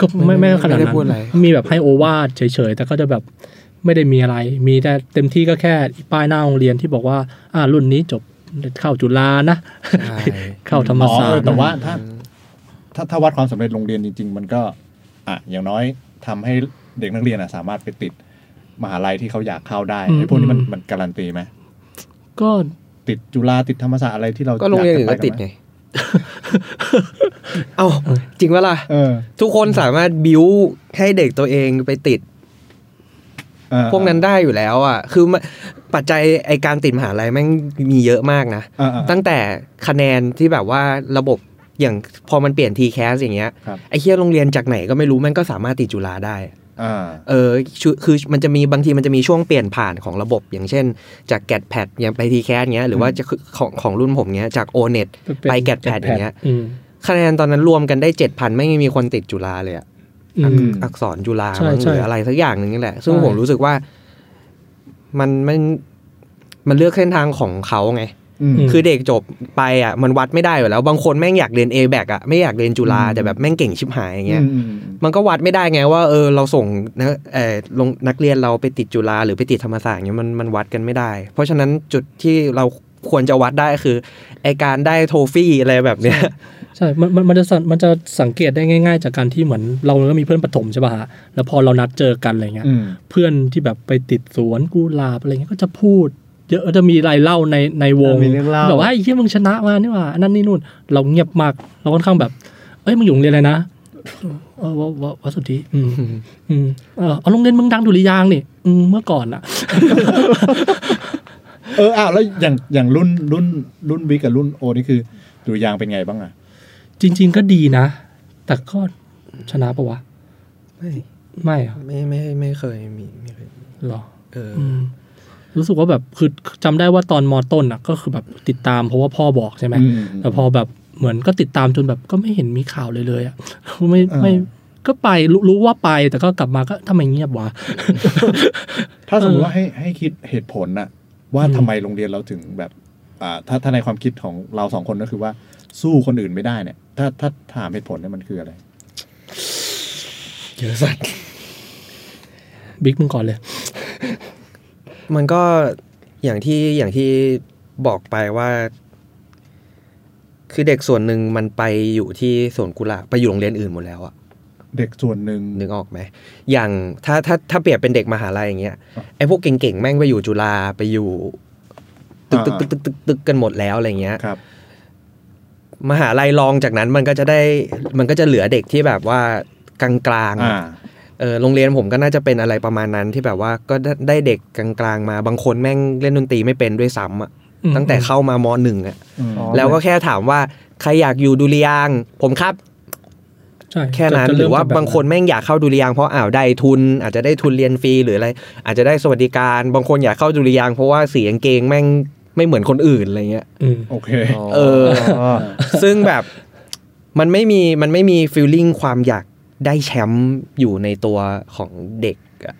Speaker 3: ก็ไม่
Speaker 4: ไม่
Speaker 3: ไม่
Speaker 4: ได้
Speaker 3: ขนาด
Speaker 4: ไม่
Speaker 3: นั้
Speaker 4: ได้พูดอะไร
Speaker 3: นมีแบบให้โอวาทเฉยๆ แต่ก็จะแบบไม่ได้มีอะไร มีแต่เต็มที่ก็แค่ป้ายหน้าโรงเรียนที่บอกว่า อ่ารุ่นนี้จบเข้าจุฬานะ
Speaker 4: ใช่
Speaker 3: เข้าธรรมศา
Speaker 1: อ๋อ
Speaker 3: สตร์
Speaker 1: แต่ว่าถ้าถ้าถ้าวัดความสำเร็จโรงเรียนจริง ๆ มันก็ อ่ะอย่างน้อยทำให้เด็กนักเรียนอ่ะสามารถไปติดมหาลัยที่เขาอยากเข้าได้ไอ้พวกนี้มันมันการันตีไหม
Speaker 3: ก็
Speaker 1: ติดจุฬาติดธรรมศาสตร์อะไรที่เรา
Speaker 4: ก็โรงเรียนอื่นก็ติด
Speaker 1: ไง
Speaker 4: ไง เอ้าจริงปะล่ะ
Speaker 1: เออ
Speaker 4: ทุกคนสามารถบิวให้เด็กตัวเองไปติด
Speaker 1: เออ
Speaker 4: พวกนั้นได้อยู่แล้วอ่ะ คือมันปัจจัยไอการติดมหาลัยแม่งมีเยอะมากนะ
Speaker 1: เออเออ
Speaker 4: ตั้งแต่คะแนนที่แบบว่าระบบอย่างพอมันเปลี่ยนทีแคสอย่างเงี้ย
Speaker 1: ครับ
Speaker 4: ไอเฮียโรงเรียนจากไหนก็ไม่รู้แม่งก็สามารถติดจุฬาได้
Speaker 1: อ่า
Speaker 4: เออชุคือมันจะมีบางทีมันจะมีช่วงเปลี่ยนผ่านของระบบ อย่างเช่น จากแกดแพดอย่างไปทีแคสเงี้ย หรือว่าจะคือของของรุ่นผมเงี้ยจากโอเน็ตไปแกดแพดอย่างเงี้ย
Speaker 3: อืม
Speaker 4: คะแนนตอนนั้นรวมกันได้เจ็ดพันไม่มีคนติดจุฬาเลยอะ
Speaker 3: อืม
Speaker 4: อักษรจุฬา
Speaker 3: ใช่
Speaker 4: มั้ง
Speaker 3: ใช่
Speaker 4: หรืออะไรสักอย่างหนึ่งนี่แหละ ซึ่ง
Speaker 3: ใช่
Speaker 4: ผมรู้สึกว่ามันมันมันเลือกเส้นทางของเขาไง
Speaker 1: อืม
Speaker 4: คือเด็กจบไปอ่ะมันวัดไม่ได้อยู่แล้ว บางคนแม่งอยากเรียน A แบกอ่ะไม่อยากเรียนจุฬา
Speaker 1: อืม
Speaker 4: แต่แบบแม่งเก่งชิบหายอย่างเงี้ย
Speaker 1: อืม
Speaker 4: มันก็วัดไม่ได้ไงว่าเออเราส่งนะเออลงนักเรียนเราไปติดจุฬาหรือไปติดธรรมศาสตร์อย่างเงี้ยมันมันวัดกันไม่ได้ เพราะฉะนั้นจุดที่เราควรจะวัดได้คือไอการได้โทฟี่อะไรแบบเนี้ย
Speaker 3: ใช่ มันมันมันจะสังมันจะสังเกตได้ง่ายๆ จากการที่เหมือนเราก็มีเพื่อนปฐมใช่ป่ะฮะ แล้วพอเรานัดเจอกันอะไรเงี้ย
Speaker 1: อืม
Speaker 3: เพื่อนที่แบบไปติดสวนกุหลาบอะไรเงี้ยก็จะพูด เยอะจะมีรายเล่าในในวง
Speaker 2: มีเรื่องเล่า
Speaker 3: แบบว่าไอ้เฮียมึงชนะมานี่หว่าอันนั่นนี่นู่น เราเงียบมาก เราค่อนข้างแบบ เอ้ยมึงอยู่โรงเรียนอะไรนะเออววววสุทธิอืมอืมเออเอาโรงเรียนมึงดังดุริยางค์นี่อืมเมื่อก่อนอะ
Speaker 1: เอออ้าวแล้วอย่างอย่างรุ่นรุ่นรุ่นวิกกับรุ่นโอนี่คือดูยางเป็นไงบ้างอ่ะ
Speaker 3: จริง ๆ ก็ดีนะ แต่ก็ชนะปะวะ ไม่เหรอ
Speaker 4: ไม่ไม่ไม่เคยมีไม่เคยมี
Speaker 3: หรอ
Speaker 4: เอออ
Speaker 3: อืมรู้สึกว่าแบบคือจำได้ว่าตอนมอต้นอ่ะ ก็คือแบบติดตามเพราะว่าพ่อบอกใช่ไหม
Speaker 1: อืม
Speaker 3: แต่พอแบบเหมือนก็ติดตามจนแบบก็ไม่เห็นมีข่าวเลยเลยอ่ะ ไม่
Speaker 1: อ่า
Speaker 3: ไม่ก็ไปรู้รู้ว่าไปแต่ก็กลับมาก็ทำไมเงียบวะ
Speaker 1: ถ้าสมมติว่าให้ให้คิดเหตุผลน่ะว่า
Speaker 3: อืม
Speaker 1: ทำไมโรงเรียนเราถึงแบบอ่าถ้าถ้าในความคิดของเราสองคนก็คือว่าสู้คนอื่นไม่ได้เนี่ย ถ้าถ้าถามเหตุผลเนี่ยมันคืออะไร
Speaker 4: เยอะสัตว์
Speaker 3: บิ๊กมึงก่อนเลย
Speaker 4: มันก็อย่างที่อย่างที่บอกไปว่า คือเด็กส่วนหนึ่งมันไปอยู่ที่สวนกุหลาบไปอยู่โรงเรียนอื่นหมดแล้วอะ
Speaker 1: เด็กส่วนหนึ่ง
Speaker 4: นึกออกไหมอย่างถ้าถ้าถ้าเปรียบเป็นเด็กมหาลัยอย่างเงี้ย
Speaker 1: อ่ะ
Speaker 4: ไอ้พวกเก่งๆแม่งไปอยู่จุฬาไปอยู่ตึกตึก
Speaker 1: อ่า
Speaker 4: ตึกตึกตึกตึกกันหมดแล้วอะไรเงี้ย
Speaker 1: ครับ
Speaker 4: มหาลัยรองจากนั้นมันก็จะได้มันก็จะเหลือเด็กที่แบบว่ากลางๆอะ
Speaker 1: อ่า
Speaker 4: เออโรงเรียนผมก็น่าจะเป็นอะไรประมาณนั้นที่แบบว่าก็ได้ได้เด็กกลางๆมาบางคนแม่งเล่นดนตรีไม่เป็นด้วยซ้ำอะ
Speaker 3: อืม
Speaker 4: ตั้งแต่เข้ามามหนึ่งอะ
Speaker 1: อืม
Speaker 2: อ๋อ
Speaker 4: แล้วก็แค่ถามว่าใครอยากอยู่ดุริยางค์ผมครับ
Speaker 3: ใช่
Speaker 4: แค่นั้น
Speaker 3: จะจะ
Speaker 4: หรื
Speaker 3: เม
Speaker 4: อ
Speaker 3: จกแบบ
Speaker 4: ว่าางคนแม่งอยากเข้าดุริยางค์เพราะอ้าวได้ทุน อาจจะได้ทุนเรียนฟรีหรืออะไรอาจจะได้สวัสดิการ บางคนอยากเข้าดุริยางค์เพราะว่าสีกางเกงแม่ง ไม่เหมือนคนอื่นอะไรเงี้ย
Speaker 3: อืม
Speaker 1: โอเค
Speaker 4: เออ ซึ่งแบบมันไม่มีมันไม่มีฟีลลิ่งความอยากได้แชมป์อยู่ในตัวของเด็กอะ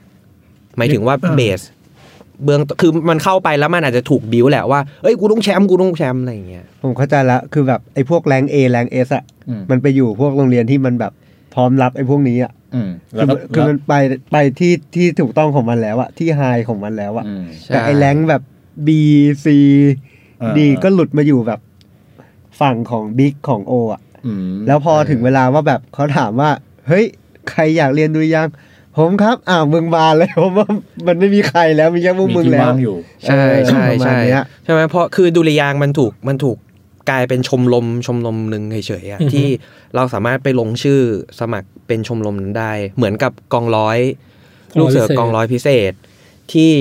Speaker 4: หมายถึงว่าเบส เบื้องต้นคือมันเข้าไปแล้วมันอาจจะถูกบิ้วแหละว่าเอ้ยกูต้องแชมป์กูต้องแชมป์อะไรอย่างเงี้ย
Speaker 2: ผมเข้าใจละคือแบบไอ้พวกแรง A แรง S อ่ะ
Speaker 1: อืม
Speaker 2: มันไปอยู่พวกโรงเรียนที่มันแบบพร้อมรับไอ้พวกนี้อ่ะ
Speaker 1: อืม
Speaker 2: คื
Speaker 1: แล้
Speaker 2: อ
Speaker 1: วก็
Speaker 2: คือมันไปไปที่ที่ถูกต้องของมันแล้วอ่ะที่ไฮของมันแล้วอ่ะ
Speaker 1: อืม
Speaker 2: แต่ไอ้แรงแบบ B C
Speaker 1: อ่า
Speaker 2: D ก็หลุดมาอยู่แบบฝั่งของบิ๊กของโออ่ะ
Speaker 1: อืม
Speaker 2: แล้วพอถึงเวลาว่าแบบเขาถามว่า เฮ้ย ใครอยากเรียนดุริยางค์ผมครับอ้าวมึงมา แล้ว ว่ามันไม่มีใครแล้วมีแค่พวก
Speaker 1: มี
Speaker 2: มึง
Speaker 1: ที่
Speaker 2: แล้ว
Speaker 1: ว่างอยู่
Speaker 4: ใช่ใช่
Speaker 2: เออประมา
Speaker 4: ใช่
Speaker 2: ณเนี้ย
Speaker 4: ใช่ไหมเพราะคือดุริยางค์มันถูกมันถูกกลายเป็นชมรมชมรมหนึ่งเฉยๆอะ
Speaker 3: อือฮึ
Speaker 4: ที่เราสามารถไปลงชื่อสมัครเป็นชมรมนั้นได้ เหมือนกับกองร้อย ลูกเสือกองร้อยพิเศษ ที่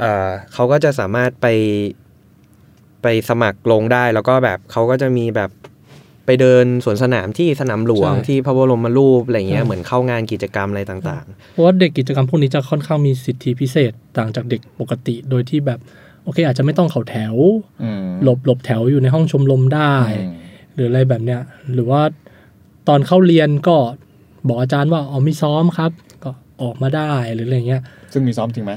Speaker 4: เอ่อเขาก็จะสามารถไปไปสมัครลงได้ แล้วก็แบบเขาก็จะมีแบบไปเดินสวนสนามที่สนามหลวง
Speaker 3: ใช่
Speaker 4: ที่พระบรมรูปอะไรเงี้ย
Speaker 3: ใช่
Speaker 4: เหมือนเข้างานกิจกรรมอะไรต่าง
Speaker 3: เพราะว่าเด็กกิจกรรมพวกนี้จะค่อนข้างมีสิทธิพิเศษต่างจากเด็กปกติ โดยที่แบบโอเค อาจจะไม่ต้องเข่าแถว
Speaker 1: อืม
Speaker 3: หลบหลบแถวอยู่ในห้องชมรมได้
Speaker 1: อืม
Speaker 3: หรืออะไรแบบเนี้ยหรือว่าตอนเข้าเรียนก็บอกอาจารย์ว่าอ๋อไม่ซ้อมครับ ก็ออกมาได้หรืออะไรเงี้ย
Speaker 1: ซึ่งมีซ้อมจริงไหม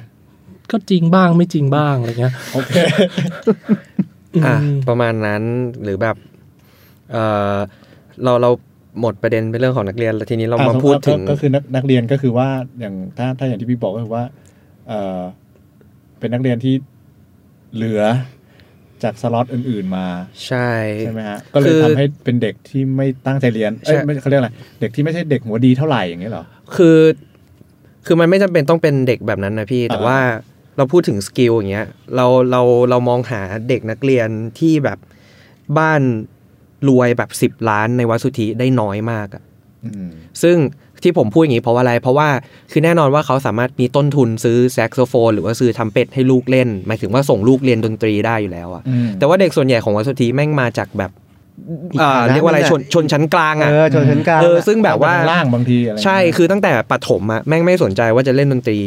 Speaker 3: ก็จริงบ้างไม่จริงบ้างอะไรเงี้ย
Speaker 1: โอเค
Speaker 4: ๆ อ่ะ
Speaker 3: ม
Speaker 4: ประมาณนั้นหรือแบบเออเราเราหมดประเด็นเป็นเรื่องของนักเรียนแล้วทีนี้เรา
Speaker 1: อ่ะ
Speaker 4: มา
Speaker 1: สมมุติ
Speaker 4: พูดถึง
Speaker 1: ก็ก็คือนักนักเรียนก็คือว่าอย่างถ้าถ้าอย่างที่พี่บอกก็คือว่าเออเป็นนักเรียนที่เหลือจากสล็อตอื่น ๆมา
Speaker 4: ใช่
Speaker 1: ใช่ไหมฮะก็เลย
Speaker 4: คือ
Speaker 1: ทำให้เป็นเด็กที่ไม่ตั้งใจเรียนเอ้ย
Speaker 4: ใช่
Speaker 1: ไม่เขาเรียกอะไรเด็กที่ไม่ใช่เด็กหัวดีเท่าไหร่อย่างเงี้ยเหรอ
Speaker 4: คือคือมันไม่จำเป็นต้องเป็นเด็กแบบนั้นนะพี่ แต่
Speaker 1: อ่า
Speaker 4: ว่าเราพูดถึงสกิลอย่างเงี้ยเราเราเรามองหาเด็กนักเรียนที่แบบบ้านรวยแบบสิบล้านในวัดสุทธิได้น้อยมากอะ
Speaker 1: อืม
Speaker 4: ซึ่งที่ผมพูดอย่างนี้เพราะว่าอะไร เพราะว่าคือแน่นอนว่าเขาสามารถมีต้นทุนซื้อแซกโซโฟนหรือว่าซื้อทำเป็ดให้ลูกเล่น หมายถึงว่าส่งลูกเรียนดนตรีได้อยู่แล้วอะ
Speaker 1: อืม
Speaker 4: แต่ว่าเด็กส่วนใหญ่ของวัดสุทธิแม่งมาจากแบบ
Speaker 2: อีก
Speaker 4: อ่า
Speaker 2: ฐานะ
Speaker 4: เรียกว่าอะไร
Speaker 2: หนึ่งอะ
Speaker 4: ชนชนชั้นกลางอะ
Speaker 2: เออชนชั้นกลาง
Speaker 4: เออ
Speaker 2: อะ
Speaker 4: ซึ่งแบบว่า
Speaker 1: ล่างบางทีอะไร
Speaker 4: ใช่คือตั้งแต่ปฐมอะแม่งไม่สนใจว่าจะเล่นดนตรี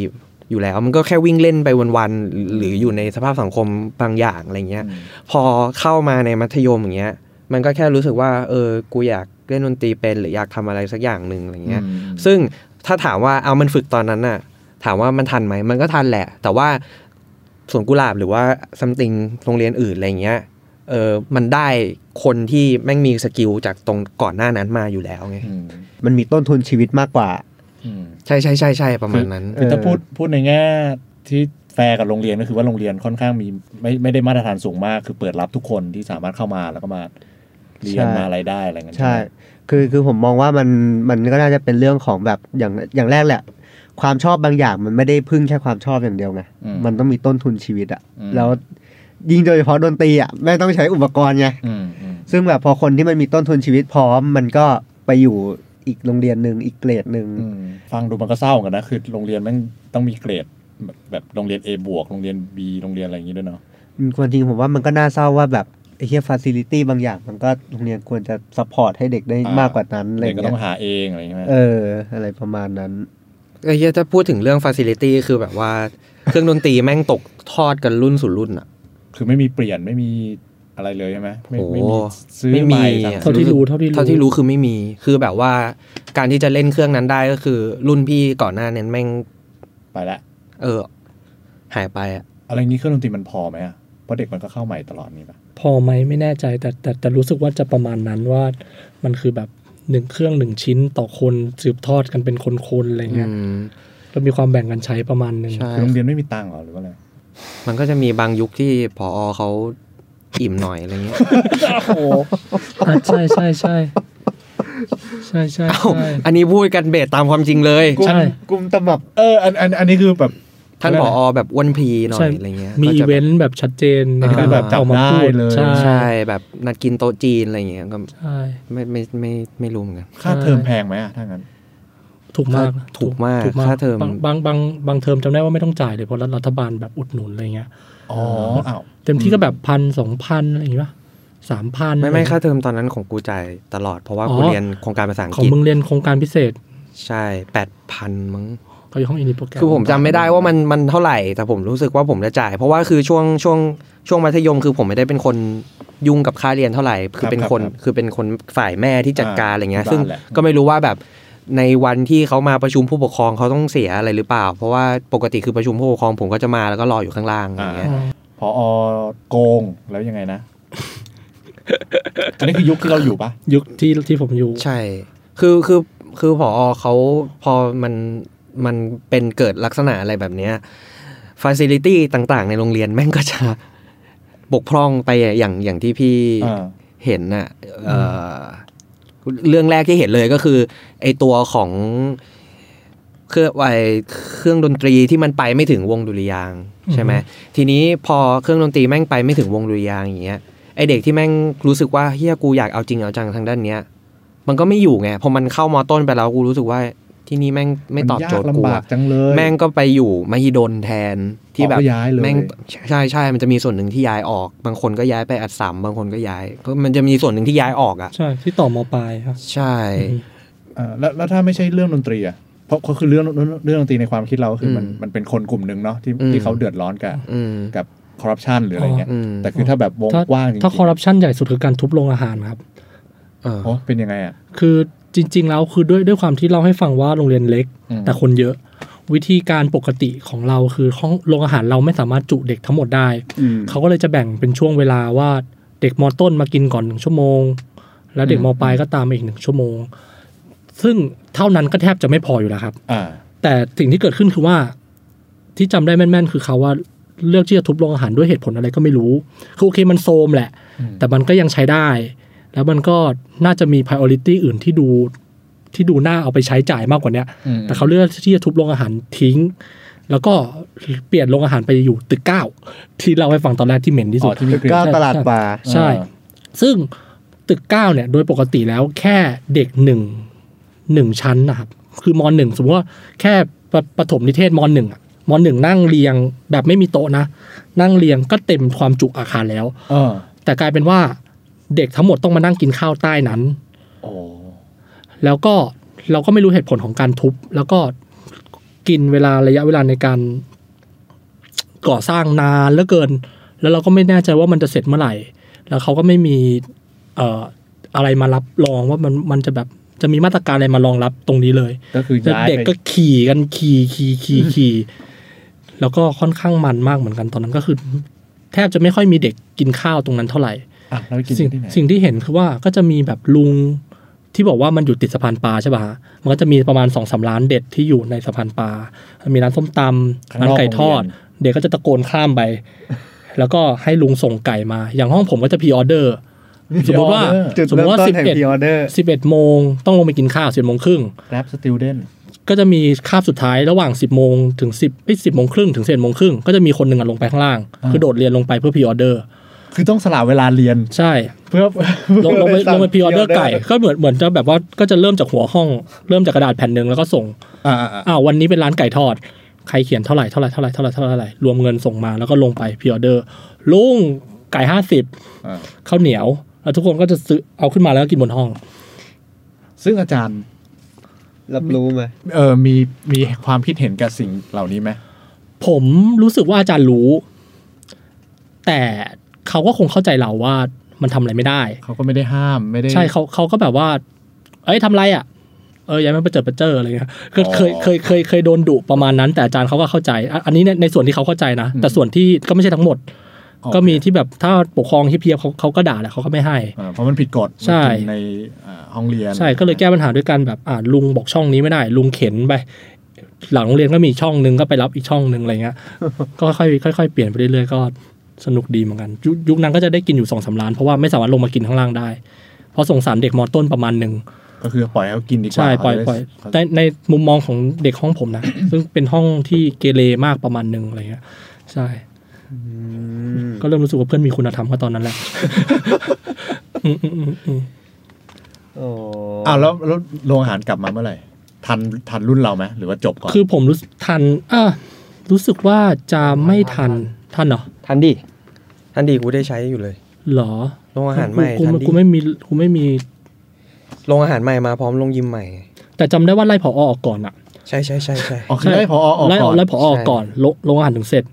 Speaker 4: อยู่แล้ว มันก็แค่วิ่งเล่นไปวันๆหรืออยู่ในสภาพสังคมบางอย่างอะไรเงี้ย พอเข้ามาในมัธยมอย่างเงี้ย มันก็แค่รู้สึกว่า เออกูอยากเล่นดนตรีเป็น หรืออยากทำอะไรสักอย่างหนึ่งอะไรเงี้ย
Speaker 1: ซึ่ง
Speaker 4: ซึ่งถ้าถามว่าเอามันฝึกตอนนั้นน่ะ ถามว่ามันทันไหมมันก็ทันแหละ แต่ว่าสวนกุหลาบหรือว่าซัมติงโรงเรียนอื่นอะไรเงี้ยเออมันได้คนที่แม่งมีสกิลจากตรงก่อนหน้านั้นมาอยู่แล้วไง
Speaker 2: มันมีต้นทุนชีวิตมากกว่า
Speaker 4: ใช่ใช่ใช่ใช่ประมาณนั้น
Speaker 1: คือถ้า
Speaker 2: เออ
Speaker 1: พูดพูดในแง่ที่แฟร์กับโรงเรียนก็คือว่าโรงเรียนค่อนข้างมีไม่ไม่ได้มาตรฐานสูงมาก คือเปิดรับทุกคนที่สามารถเข้ามาแล้วก็มาเรียนมาอะไรได้อะไรเงี้ย
Speaker 2: ใช่ คือคือผมมองว่ามันมันก็น่าจะเป็นเรื่องของแบบอย่างอย่างแรกแหละ ความชอบบางอย่างมันไม่ได้พึ่งแค่ความชอบอย่างเดียวไง
Speaker 1: อื
Speaker 2: มันต้องมีต้นทุนชีวิตอ่ะ
Speaker 1: อืม
Speaker 2: แล้วยิ่งโดยเฉพาะดนตรีอ่ะแม่งต้องใช้อุปกรณ์ไง
Speaker 1: อืมอืม
Speaker 2: ซึ่งแบบพอคนที่มันมีต้นทุนชีวิตพร้อม มันก็ไปอยู่อีกโรงเรียนหนึ่งอีกเกรดหนึ่ง
Speaker 1: อืมฟังดูมันก็เศร้ากันนะ คือโรงเรียนแมันต้องมีเกรดแบบแบบโรงเรียน A บวกโรงเรียน B โรงเรียนอะไรอย่างงี้ด้วยเนาะ
Speaker 2: ควรจริงผมว่ามันก็น่าเศร้าว่าแบบไอ้เฮียฟาซิลิตี้บางอย่าง มันก็โรงเรียนควรจะซัพพอร์ตให้เด็กได้มากกว่านั้นอะไรอ
Speaker 1: เด็ก
Speaker 2: ย่าง
Speaker 1: ก็ต้
Speaker 2: เงี้
Speaker 1: อง
Speaker 2: ย
Speaker 1: หาเองอะไรอย่างเงี้ย
Speaker 2: เออ อะไรประมาณนั้น
Speaker 4: ไอ้เหี้ยถ้าพูดถึงเรื่องฟ a ซิลิตี้คือแบบว่า เครื่องดนตรีแม่งตกทอดกันรุ่นสู่รุ่นอ่ะ
Speaker 1: คือไม่มีเปลี่ยนไม่มีอะไรเลยใช่ไหมไม่ไม่มี
Speaker 4: โอ้
Speaker 1: ซื้อ
Speaker 4: ไม่มี
Speaker 1: ใหม่สั่ง
Speaker 4: อะ
Speaker 3: เท่าที่รู้เท่าที่รู้
Speaker 4: เท่าที่รู้คือไม่มีคือแบบว่าการที่จะเล่นเครื่องนั้นได้ก็คือรุ่นพี่ก่อนหน้านั้นแม่ง
Speaker 1: ไปละ
Speaker 4: เออ หายไปอ่ะ
Speaker 1: อะไรอย่างนี้เครื่องดนตรีมันพอไหมอะเพราะเด็กมันก็เข้าใหม่ตลอดนี่ปะ
Speaker 3: พอไหมไม่แน่ใจแต่แต่แต่รู้สึกว่าจะประมาณนั้นว่า มันคือแบบหนึ่งเครื่องหนึ่งชิ้นต่อคนสืบทอดกันเป็นคนๆอะไรเงี้ย
Speaker 4: อืม
Speaker 3: แล้วมีความแบ่งกันใช้ประมาณหนึ่ง
Speaker 4: ใช่
Speaker 1: คือโรงเรียนไม่มีตังค์เหรอหรือว่าอะไร
Speaker 4: มันก็จะมีบางยุคที่พอเขาอิ่มหน่อยอะไรเงี้ย
Speaker 3: อ่ะใช่ใช่ใช่ใช่ใช่
Speaker 4: เอ้า
Speaker 3: ใช่
Speaker 4: อันนี้พูดกันเบสตามความจริงเลย
Speaker 3: ใช่
Speaker 2: กุมตำบับ
Speaker 1: เออ อัน อัน อันนี้คือแบบ
Speaker 4: ท่านผอแบบอ้วนพีหน่อ
Speaker 3: ใช่
Speaker 4: ยอะไรเงี้ย
Speaker 3: มี
Speaker 4: ก็
Speaker 3: อี
Speaker 4: จะ
Speaker 3: เว
Speaker 4: แบบ
Speaker 3: นต์แบบชัดเจนในการ
Speaker 4: อ่า
Speaker 3: แบบเอามาพูดใช่
Speaker 4: ใช่แบบนัดกินโต๊ะจีนอะไรเงี้ยก็
Speaker 3: ใช่
Speaker 4: ไม่ไม่ไม่ไม่รู้เหมือนกัน
Speaker 1: ค่าเทอมแพงไหมอะถ้างั้น
Speaker 3: ถูกมาก
Speaker 4: ถูกมาก
Speaker 3: ถูกมาก
Speaker 4: ค่าเทอม
Speaker 3: บงบางบางบางเทอมจำได้ว่าไม่ต้องจ่ายเลยเพราะรัฐบาลแบบอุดหนุนอะไรเงี้ย
Speaker 1: อ๋อ อ้าว
Speaker 3: เต็มที่ก็แบบพันสองพันอะไรอย่างงี้ป่ะสามพัน
Speaker 4: ไม่ไม่ค่าเทอมตอนนั้นของกูจ่ายตลอดเพราะว่า
Speaker 3: อ๋อ
Speaker 4: กูเรียนโครงการภาษาอัง
Speaker 3: ของ
Speaker 4: กฤษ
Speaker 3: มึงเรียนโครงการพิเศษ
Speaker 4: ใช่แปดพันมั้ง
Speaker 3: เขาอยู่ห้องอินดีโปรแกรม
Speaker 4: คือผมจำไม่ได้ว่ามันมันเท่าไหร่ แต่ผมรู้สึกว่าผมจะจ่าย เพราะว่าคือช่วงช่วงช่วงมัธยมคือผมไม่ได้เป็นคนยุ่งกับค่าเรียนเท่าไหร่ คือเป็นคน
Speaker 1: ครับครับ
Speaker 4: คือเป็นคนฝ่ายแม่ที่จัดการอะไรเงี้ย
Speaker 1: อ่า
Speaker 4: ซึ่ง
Speaker 1: แหละ
Speaker 4: ก็ไม่รู้ว่าแบบในวันที่เขามาประชุมผู้ปกครองเขาต้องเสียอะไรหรือเปล่า เพราะว่าปกติคือประชุมผู้ปกครองผมก็จะมาแล้วก็รออยู่ข้างล่างอย่างเงี้ย
Speaker 3: อ๋อ
Speaker 1: พอโกงแล้วยังไง นะ อันนี้คือยุคที่เราอยู่ปะ
Speaker 3: ยุคที่ที่ผมอยู่
Speaker 4: ใช่ คือคือคือผอเขาพอมันมันเป็นเกิดลักษณะอะไรแบบเนี้ยฟ a ซิลิตี้ต่างๆ ในโรงเรียนแม่งก็จะ บกพร่องไปอะอย่างอย่างที่พี่
Speaker 1: อ่า
Speaker 4: เห็นน่ะเอ่ออเรื่องแรกที่เห็นเลยก็คือไอตัวของเครื่องไอเครื่องดนตรีที่มันไปไม่ถึงวงดุริยางค์ใช่ไหมทีนี้พอเครื่องดนตรีแม่งไปไม่ถึงวงดุริยางค์อย่างเงี้ยไอเด็กที่แม่งรู้สึกว่าเฮียกูอยากเอาจริงเอาจังทางด้านเนี้ย มันก็ไม่อยู่ไงพอมันเข้ามอต้นไปแล้วกูรู้สึกว่าที่นี่แม่งไม่ตอบโจทย์
Speaker 1: มัน
Speaker 4: กู
Speaker 1: ยากลำบา
Speaker 4: อะ
Speaker 1: กจังเลย
Speaker 4: แม่งก็ไปอยู่มหิดลแทนที่แบบ
Speaker 1: อ๋อก็ย้ายเลย
Speaker 4: แม่งใช่ใช่มันจะมีส่วนหนึ่งที่ย้ายออก บางคนก็ย้ายไปอัดสามบางคนก็ย้ายก็มันจะมีส่วนหนึ่งที่ย้ายออกอ่ะ
Speaker 3: ใช่ที่ต่อมปลายครับ
Speaker 4: ใช่
Speaker 1: อ่าแล้วแล้วถ้าไม่ใช่เรื่องดนตรีอ่ะเพราะคือเรื่องเรื่องเรื่องดนตรีในความคิดเราคือมัน
Speaker 4: อืม
Speaker 1: มันเป็นคนกลุ่มหนึ่งเนาะที่
Speaker 4: อืม
Speaker 1: ที่เขาเดือดร้อนกับ
Speaker 4: อืม
Speaker 1: กับคอร์รัปชันหรืออะไรเงี้ย
Speaker 4: อ๋ออืม
Speaker 1: แต่คือถ้าแบบวง
Speaker 3: ถ้าก
Speaker 1: ว้างจริง
Speaker 3: ถ้าคอร์รัปชันใหญ่สุดคือการทุบโรงอาหารครับ
Speaker 4: เออ
Speaker 1: โอ้เป็นยังไงอ่ะ
Speaker 3: คือจริง ๆ แล้วคือด้วยด้วยความที่เล่าให้ฟังว่าโรงเรียนเล็ก
Speaker 1: อืม
Speaker 3: แต่คนเยอะ วิธีการปกติของเราคือห้องโรงอาหารเราไม่สามารถจุเด็กทั้งหมดได้ เขาก็เลยจะแบ่งเป็นช่วงเวลาว่าเด็กมต้นมากินก่อนหนึ่งชั่วโมง แล้วเด็กมปลายก็ตามมาอีกหนึ่งชั่วโมง ซึ่งเท่านั้นก็แทบจะไม่พออยู่แล้วครับ
Speaker 1: อ่า
Speaker 3: แต่สิ่งที่เกิดขึ้นคือว่าที่จำได้แม่น ๆ คือเขาว่าเลือกที่จะทุบโรงอาหารด้วยเหตุผลอะไรก็ไม่รู้ คือโอเคมันโซมแหละ
Speaker 1: อืม
Speaker 3: แต่มันก็ยังใช้ได้ แล้วมันก็น่าจะมี priority อื่นที่ดูที่ดูน่าเอาไปใช้จ่ายมากกว่าเนี้ย
Speaker 1: อืม
Speaker 3: แต่เขาเลือกที่จะทุบโรงอาหารทิ้ง แล้วก็เปลี่ยนโรงอาหารไปอยู่ตึกเก้าที่เราให้ฟังตอนแรกที่เหม็นที่
Speaker 1: อ๋
Speaker 3: สุ
Speaker 1: อ
Speaker 3: ด
Speaker 1: ที่มีกลิ่น
Speaker 2: ก้าวตลาดปลา
Speaker 3: ใช่
Speaker 1: อ่า
Speaker 3: ซึ่งตึกเก้าเนี่ยโดยปกติแล้วแค่เด็กหนึ่งหนึ่งชั้นนะครับ คือมหนึ่งสมมติว่าแค่ปปฐมนิเทศมหนึ่งอะมหนึ่งนั่งเรียงแบบไม่มีโต๊ะนะ นั่งเรียงก็เต็มความจุอาคารแล้ว
Speaker 1: เออ
Speaker 3: แต่กลายเป็นว่าเด็กทั้งหมดต้องมานั่งกินข้าวใต้นั้น
Speaker 1: โอ้
Speaker 3: แล้วก็เราก็ไม่รู้เหตุผลของการทุบ แล้วก็กินเวลาระยะเวลาในการก่อสร้างนานเหลือเกิน แล้วเราก็ไม่แน่ใจว่ามันจะเสร็จเมื่อไหร่ แล้วเขาก็ไม่มีเอ่ออะไรมารับรองว่ามันมันจะแบบจะมีมาตรการอะไรมารองรับตรงนี้เลย
Speaker 1: ก็คือ
Speaker 3: แล้ว
Speaker 1: ย้าย
Speaker 3: เด็ก
Speaker 1: ไป
Speaker 3: ก็ขี่กันขี่ขี่ขี่ขี่แล้วก็ค่อนข้างมันมากเหมือนกันตอนนั้นก็คือ แทบจะไม่ค่อยมีเด็กกินข้าวตรงนั้นเท่าไหร่
Speaker 1: อ่ะแล้วไปกิน
Speaker 3: สิ่ง
Speaker 1: ที่ไหน
Speaker 3: สิ่งที่เห็นคือว่าก็จะมีแบบลุงที่บอกว่ามันอยู่ติดสะพานปลาใช่ป่ะฮะมันก็จะมีประมาณสองสาร้านเด็ดที่อยู่ในสะพานปลา มีร้านส้มตำร้านไก่ทอด เด็กก็จะตะโกนข้ามไป แล้วก็ให้ลุงส่งไก่มา อย่างห้องผมก็จะพ r ออเดอร์ สมมติว่า
Speaker 2: จุด
Speaker 3: สมม
Speaker 2: เริ่ม
Speaker 3: ติว่า
Speaker 2: ต้นแห่ง
Speaker 3: 11
Speaker 2: พีออเดอร์
Speaker 3: สิบเอ็ดโมงต้องลงไปกินข้าวสิบโมงครึ่ง
Speaker 1: แกร็บสติลเดน
Speaker 3: ก็จะมีคาบสุดท้ายระหว่าง 10บโมงถึง 10บเอ้ยสิบโมงครึ่งถึงสิบเอ็ดโมงครึ่งก็จะมีคนหนึ่งอะลงไปข้างล่าง คือโดดเรียนลงไปเพื่อพ r ออเดอร์
Speaker 1: คือต้องสละเวลาเรียน
Speaker 3: ใช่
Speaker 1: เพื่อ
Speaker 3: ลงลงไป
Speaker 2: สั่
Speaker 3: ล
Speaker 2: ง
Speaker 3: งไปพรีออเดอ
Speaker 2: pre-order
Speaker 3: ร์ไก่ก็เหมือนเหมือนจะแบบว่าก็จะเริ่มจากหัวห้อง เริ่มจากกระดาษแผ่นหนึ่งแล้วก็ส่ง
Speaker 1: อ่าอ่าอ่า
Speaker 3: อ้าววันนี้เป็นร้านไก่ทอด ใครเขียนเท่าไหร่เท่าไหร่เท่าไหร่เท่าไหร่เท่าไหร่รวมเงินส่งมาแล้วก็ลงไปพรีออเดอร์ลุงไก่ห้าสิบ
Speaker 1: อ่า
Speaker 3: ข้าวเหนียว แล้วทุกคนก็จะซื้อเอาขึ้นมาแล้วก็กินบนห้อง
Speaker 1: ซึ่งอาจารย์
Speaker 2: รับรู้ไหม
Speaker 1: เออมีมีความคิดเห็นกับสิ่งเหล่านี้ไหม
Speaker 3: ผมรู้สึกว่าอาจารย์รู้ แต่เขาก็คงเข้าใจเราว่ามันทำอะไรไม่ได้
Speaker 1: เขาก็ไม่ได้ห้ามไม่ได้
Speaker 3: ใช่เขาเขาก็แบบว่า เอ้ยทำไรอ่ะ เอ้ยอยังไม่ประเจิดประเจออะไรเงี้ยก็
Speaker 1: อ๋อ
Speaker 3: เคยเคยเคยเคยโดนดุประมาณนั้น แต่อาจารย์เขาก็เข้าใจอ่ะอันนี้ในในส่วนที่เขาเข้าใจนะ
Speaker 1: อืม
Speaker 3: แต่ส่วนที่ก็ไม่ใช่ทั้งหมด
Speaker 1: อ๋อ
Speaker 3: ก็มีที่แบบถ้าปกครองที่เพียบเขาเขาก็ด่าแหละเขาก็ไม่ให้
Speaker 1: อ่าเพราะมันผิดกฎ
Speaker 3: ใช่
Speaker 1: มันกินในอ่าห้องเรียน
Speaker 3: ใช่ก็เลยแก้ปัญหาด้วยการแบบอ่าลุงบอกช่องนี้ไม่ได้ ลุงเข็นไปหลังโรงเรียนก็มีอีกช่องหนึ่งก็ไปรับอีกช่องหนึ่งอะไร เงี้ย ก็ค่อยๆค่อยๆเปลี่ยนไปเรื่อยๆก็สนุกดีเหมือนกันยุคยุคนั้นก็จะได้กินอยู่สองสามร้านเพราะว่าไม่สามารถลงมากินข้างล่างได้ เพราะสงสารเด็กมอต้นประมาณหนึ่ง
Speaker 1: ก็คือปล่อยให้เขากินดีกว่า
Speaker 3: ใช่ปล่อย
Speaker 1: เขาจะได้
Speaker 3: ปล่อย
Speaker 1: เขา
Speaker 3: ในในมุมมองของเด็กห้องผมนะ ซึ่งเป็นห้องที่เกเรมากประมาณหนึ่งอะไรเงี้ยใช่ ก็เริ่มรู้สึกว่าเพื่อนมีคุณธรรมก็ตอนนั้นแหละอืมอืมอืมอืม
Speaker 2: โอ้
Speaker 1: อ้าวแล้วแล้วโรงอาหารกลับมาเมื่อไหร่ทันทันรุ่นเราไหมหรือว่าจบก่อน
Speaker 3: คือผมรู้สึกทันอ่ะรู้สึกว่าจะไม่ทันทันเหรอ
Speaker 4: ทันดิ ทันดิกูได้ใช้อยู่เลย
Speaker 3: หรอ
Speaker 4: โรงอาหารใหม่
Speaker 3: กู
Speaker 4: ทัน
Speaker 3: กู
Speaker 4: ดิ
Speaker 3: กูไม่มีกูไม่มี
Speaker 4: โรงอาหารใหม่มาพร้อมโรงยิมใหม่
Speaker 3: แต่จำได้ว่าไล่ผอออกก่อนอะ
Speaker 4: ใช่ใช่ใช่ใช่
Speaker 1: อ๋อคือไล่พอออก
Speaker 3: ไล่
Speaker 1: ก่อน
Speaker 3: ไล่พอออก
Speaker 4: ใช่
Speaker 3: ก่อนโรโรงอาหารถึงเสร็จ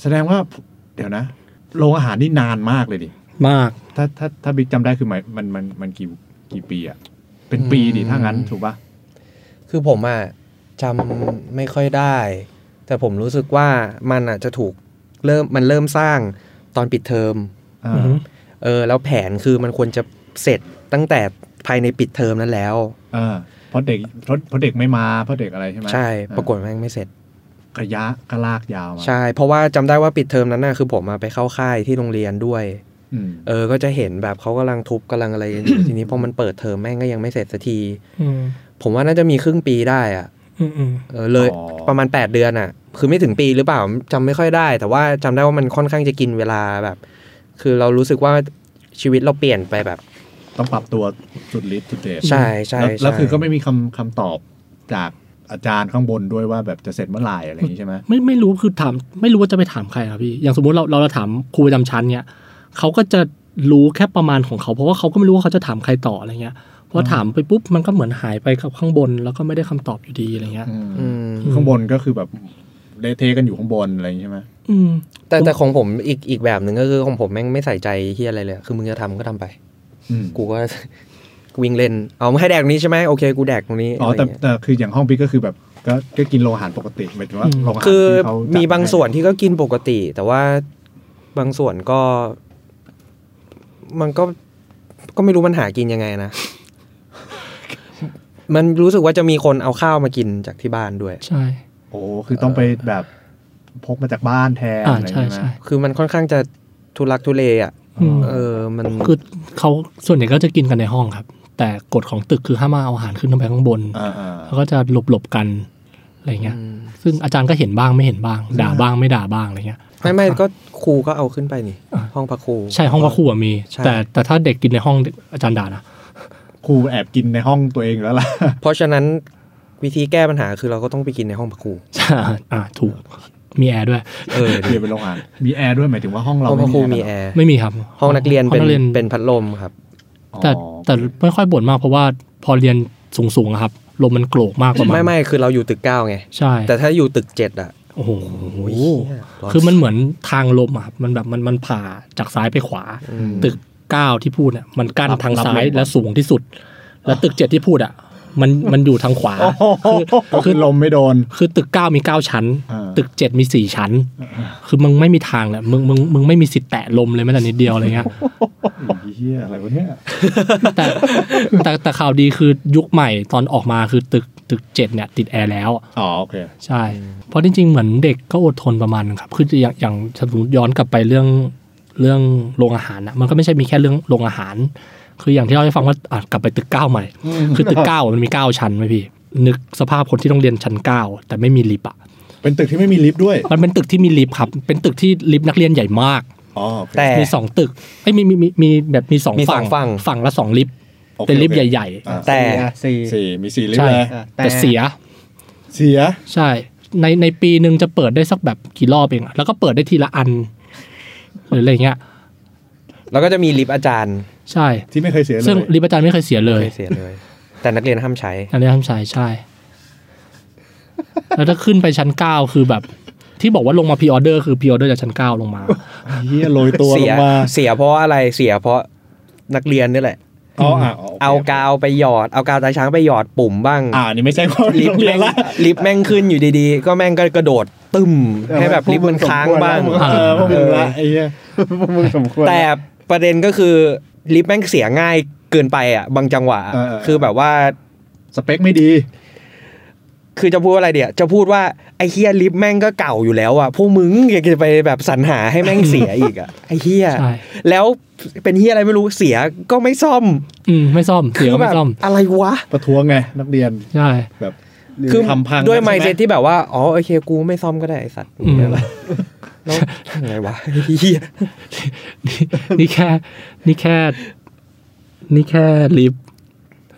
Speaker 1: แสดงว่าเดี๋ยวนะโรงอาหารนี่นานมากเลยดิ
Speaker 3: มาก
Speaker 1: ถ้าถ้าถ้าบิ๊กจำได้คือหมายมันมันมันกี่กี่ปีอะเป็นปีดิถ้างั้นถูกปะ
Speaker 4: คือผมอะจำไม่ค่อยได้ แต่ผมรู้สึกว่ามันอะจะถูกเริ่มมันเริ่มสร้างตอนปิดเทอม
Speaker 1: อ่า
Speaker 3: อือฮึ
Speaker 4: เออแล้วแผนคือมันควรจะเสร็จตั้งแต่ภายในปิดเทอมนั้นแล้ว
Speaker 1: อ่าเพราะเด็กเพราะเพราะเด็กไม่มาเพราะเด็กอะไรใช่ไหม
Speaker 4: ใช่
Speaker 1: อ่
Speaker 4: ปรากฏแม่งไม่เสร็จ
Speaker 1: กระยะก็ลากยาวมา
Speaker 4: ใช่ เพราะว่าจำได้ว่าปิดเทอมนั้นน่ะคือผมมาไปเข้าค่ายที่โรงเรียนด้วย
Speaker 1: อืม
Speaker 4: เออ ก็จะเห็นแบบเขากำลังทุบกำลังอะไรกันอยู่ ทีนี้พอมันเปิดเทอมแม่งก็ยังไม่เสร็จสักที
Speaker 3: อืม
Speaker 4: ผมว่าน่าจะมีครึ่งปีได้อะ
Speaker 3: อืมอืม
Speaker 4: เออเลย
Speaker 1: อ๋อ
Speaker 4: ประมาณ 8 เดือนอะคือไม่ถึงปีหรือเปล่าจำไม่ค่อยได้ แต่ว่าจำได้ว่ามันค่อนข้างจะกินเวลาแบบ คือเรารู้สึกว่าชีวิตเราเปลี่ยนไปแบบ
Speaker 1: ต้องปรับตัวสุดฤทธิ์สุดเดช
Speaker 4: ใช่ใช่
Speaker 1: แล้วแล้ว
Speaker 4: ใช่
Speaker 1: คือก็ไม่มีคำคำตอบจากอาจารย์ข้างบนด้วยว่าแบบจะเสร็จเมื่อไหร่อะไรอย่างนี้ใช่ไหม
Speaker 3: ไม่ไม่รู้คือถาม ไม่รู้ว่าจะไปถามใครครับพี่ อย่างสมมติเราเราถามครูประจำชั้นเนี่ยเขาก็จะรู้แค่ประมาณของเขาเพราะว่าเขาก็ไม่รู้ว่าเขาจะถามใครต่ออะไรเงี้ยพอถามไปปุ๊บมันก็เหมือนหายไปกับข้างบน แล้วก็ไม่ได้คำตอบอยู่ดีอะไรเงี้ย
Speaker 1: อื
Speaker 4: อื
Speaker 1: ม
Speaker 4: ม
Speaker 1: ข้างบนก็คือแบบเละเทะกันอยู่ข้างบนอะไรอย่างนี้ใช่ไหม
Speaker 3: อืม
Speaker 4: แต่แต่ของผมอีกอีกแบบหนึ่งก็คือของผมแม่งไม่ใส่ใจที่อะไรเลย คือมึงจะทำก็ทำไป
Speaker 1: อืม
Speaker 4: กูก็ วิ่งเล่น เอามาให้แดกตรงนี้ใช่ไหมโอเค กูแดกตรงนี้
Speaker 1: อ๋อแต่
Speaker 4: ะไรย่างเงี้ย
Speaker 1: แต่คืออย่างห้องบิ๊กก็คือแบบก็ก็กินโรงอาหารปกติหมายถึงว่า
Speaker 3: อืม
Speaker 1: โรงอาหาร
Speaker 4: คือ
Speaker 1: ที่เขาจัด
Speaker 4: มีบางส่วนที่ก็กินปกติ แต่ว่าบางส่วนก็ มันก็ก็ไม่รู้มันหากินยังไง นะ มันรู้สึกว่าจะมีคนเอาข้าวมากินจากที่บ้านด้วย
Speaker 3: ใช่
Speaker 1: โอ้คือต้องไปแบบพกมาจากบ้านแทน
Speaker 3: อ่า
Speaker 1: อะไรอย่าง
Speaker 3: ใช่
Speaker 1: นี้ใช่
Speaker 3: ใช่
Speaker 1: ไหม
Speaker 4: คือมันค่อนข้างจะทุลักทุเลอ่ะ
Speaker 3: อืม
Speaker 4: เออ มัน
Speaker 3: คือเขาส่วนใหญ่ก็จะกินกันในห้องครับ แต่กฎของตึกคือห้ามเอาอาหารขึ้นไปข้างบน
Speaker 1: อ่าอ่า
Speaker 3: แล้วก็จะหลบๆกันอะไรเงี้ย
Speaker 4: ม
Speaker 3: ซึ่งอาจารย์ก็เห็นบ้างไม่เห็นบ้าง ด่าบ้างไม่ด่าบ้างอะไรเงี้ย
Speaker 4: ไม่ไม่ก็ครูก็เอาขึ้นไปนี่
Speaker 3: อ่า
Speaker 4: ห้องพักครู
Speaker 3: ใช่ห้องพระครูอะมี
Speaker 4: ใช่
Speaker 3: แต่แต่ถ้าเด็กกินในห้องอาจารย์ด่านะ
Speaker 1: ครูแอบกินในห้องตัวเองแล้ว ล่ะ
Speaker 4: เพราะฉะนั้นวิธีแก้ปัญหาคือเราก็ต้องไปกินในห้องพักครู
Speaker 3: ใช่ อ่าถูกมีแอร์ด้วย
Speaker 4: เออ
Speaker 1: เรียนเป็นโรงอาหารมีแอร์ด้วยหมายถึงว่าห้องเรา
Speaker 4: ห้อง
Speaker 1: ไม่
Speaker 4: พักครู
Speaker 1: มี
Speaker 4: มี
Speaker 1: แอ
Speaker 4: แอ
Speaker 1: ร์
Speaker 4: ร์
Speaker 3: ไม่มีครับ
Speaker 4: ห้องนักเรียน
Speaker 3: ห้อง
Speaker 4: เป็น
Speaker 3: นักเรียน
Speaker 4: เป็นพัดลมครับ
Speaker 1: อ๋อ
Speaker 3: แต่แต่ไม่ค่อยบ่นมากเพราะว่าพอเรียนสูงๆอะครับลมมันโกรกมากกว่า
Speaker 4: ไม่ไม่คือเราอยู่ตึกเก้าไง
Speaker 3: ใช่
Speaker 4: แต่ถ้าอยู่ตึกเจ็ดอ่ะ
Speaker 3: โอ้โห
Speaker 4: โอ้ยร้
Speaker 3: คือมันเหมือนทางลมอะครับมันแบบมันมันผ่าจากซ้ายไปขวา
Speaker 4: อืม
Speaker 3: ตึกเก้าที่พูดเนี่ยมันกั้นทางซ้ายและสูงที่สุด แล้วตึกเจ็ดที่พูดอ่ะมันมันอยู่ทางขวา
Speaker 1: โอ้โห
Speaker 3: คือ
Speaker 1: ก็คือลมไม่โดน
Speaker 3: คือตึกเก้ามีเก้าชั้น
Speaker 1: อ่า
Speaker 3: ตึกเจ็ดมีสี่ชั้น คือมึงไม่มีทางแหละมึงมึงมึงไม่มีสิทธิ์แตะลมเลยแม้แต่นิดเดียวอะไรเงี้ย
Speaker 1: เฮียอะไรวะเนี่ย
Speaker 3: แต่ แต่แต่ข่าวดีคือยุคใหม่ตอนออกมาคือตึกตึกเจ็ดเนี่ยติดแอร์แล้ว
Speaker 1: อ๋อโอเค
Speaker 3: ใช่ เพราะจริงๆ เหมือนเด็กก็อดทนประมาณนึงครับ คืออย่างอย่างสมมติย้อนกลับไปเรื่องเรื่องโรงอาหารนะมันก็ไม่ใช่มีแค่เรื่องโรงอาหาร คืออย่างที่เราให้ฟังว่าอ่ะกลับไปตึกเก้าใหม่ คือตึกเก้ามันมีเก้าชั้นไหมพี่ นึกสภาพคนที่ต้องเรียนชั้นเก้าแต่ไม่มีลิฟต์อ่ะ
Speaker 1: เป็นตึกที่ไม่มีลิฟต์ด้วย
Speaker 3: มันเป็นตึกที่มีลิฟต์ครับ เป็นตึกที่ลิฟต์นักเรียนใหญ่มาก
Speaker 1: อ๋อโอเค
Speaker 4: แต่
Speaker 3: มีสองตึกเอ้ยมีมีมีมีแบบมีสอง
Speaker 4: มีสอ
Speaker 3: ฝั่
Speaker 4: ง
Speaker 3: ง
Speaker 4: ฝั่ง
Speaker 3: ฝั่งละสองลิฟต์
Speaker 1: โอเค
Speaker 3: เป็นลิฟต์
Speaker 1: โอเค
Speaker 3: ใหญ่
Speaker 1: อ่า
Speaker 4: แต่
Speaker 2: สี่
Speaker 1: สี่มีสี่
Speaker 3: ๆ
Speaker 1: ลิฟต์
Speaker 3: ใช่
Speaker 1: เลย
Speaker 3: แต่เสีย
Speaker 1: เสีย
Speaker 3: ใช่ ในในปีหนึ่งจะเปิดได้สักแบบกี่รอบเองอะแล้วก็เปิดได้ทีละอัน หรืออะไรเงี้ย
Speaker 4: แล้วก็จะมีลิฟต์อาจารย์
Speaker 3: ใช่
Speaker 1: ที่ไม่เคยเสียเลย
Speaker 3: ซึ่งริบอาจารย์ไม่เคยเสียเลย
Speaker 4: ไม่เสียเลย แต่นักเรียนห้ามใช้
Speaker 3: อันนี้ทำใช่ใช่ แล้วถ้าขึ้นไปชั้นเก้าคือแบบ ที่บอกว่าลงมาพ r ออเดอร์คือพ r ออเดอร์จากชั้นเก้าลง มา
Speaker 1: เฮียโรยตัวล
Speaker 4: เสีย
Speaker 1: งมา
Speaker 4: เสียเพราะอะไรเสียเพราะนักเรียนนี่แหละ
Speaker 1: อ๋ออ่ะโค
Speaker 4: เอากาวไปหยอด เอากาวตาช้างไปหยอดปุ่มบ้าง
Speaker 1: อ่านี่ไม่ใช่ความ
Speaker 4: ลิ
Speaker 1: โร
Speaker 4: ฟ
Speaker 1: ง
Speaker 4: ต์
Speaker 1: เรีย
Speaker 4: แม่
Speaker 1: น
Speaker 4: ง
Speaker 1: ละ
Speaker 4: ลิฟต์แม่งขึ้นอยู่ดีๆ ก็แม่งก็กระโดดตึมให้แบบลิฟต์มันค้างบ้าง
Speaker 1: เออพวกมึงละไอ้เหี้ยพวกมึงสมควร
Speaker 4: แต่ประเด็นก็คือลิฟต์แม่งเสียง่ายเกินไปอ่ะ บางจังหวะอะ
Speaker 1: เออเออ
Speaker 4: คือแบบว่า
Speaker 1: สเปคไม่ดี
Speaker 4: คือจะพูดว่าอะไรเดี๋ยวจะพูดว่าไอ้เฮียลิฟต์แม่งก็เก่าอยู่แล้วอ่ะพวกมึงยังจะไปแบบสรรหาให้แม่งเสียอีกอ่ะ ไอ้เฮีย
Speaker 3: ใช่
Speaker 4: แล้วเป็นเฮียอะไรไม่รู้เสียก็ไม่ซ่อม
Speaker 3: อืม ไม่ซ่อม
Speaker 4: คื
Speaker 3: เสียก็
Speaker 4: แบ
Speaker 3: ไม่
Speaker 4: บ
Speaker 3: ซ่อม
Speaker 4: อะไรวะ
Speaker 1: ประท้วงไงนักเรียน
Speaker 3: ใช่
Speaker 1: แบบ
Speaker 4: คือ
Speaker 1: ทำพัง
Speaker 4: ด้วยไม
Speaker 1: ใช่ห
Speaker 4: เซ็ตที่แบบว่าอ๋อโอเคกูไม่ซ่อมก็ได้ไอ้สัตว์
Speaker 3: อืม
Speaker 4: แล้วยังไงวะไอ้เฮีย
Speaker 3: นี่นี่แค่ นี่แค่ นี่แค่ลิฟต์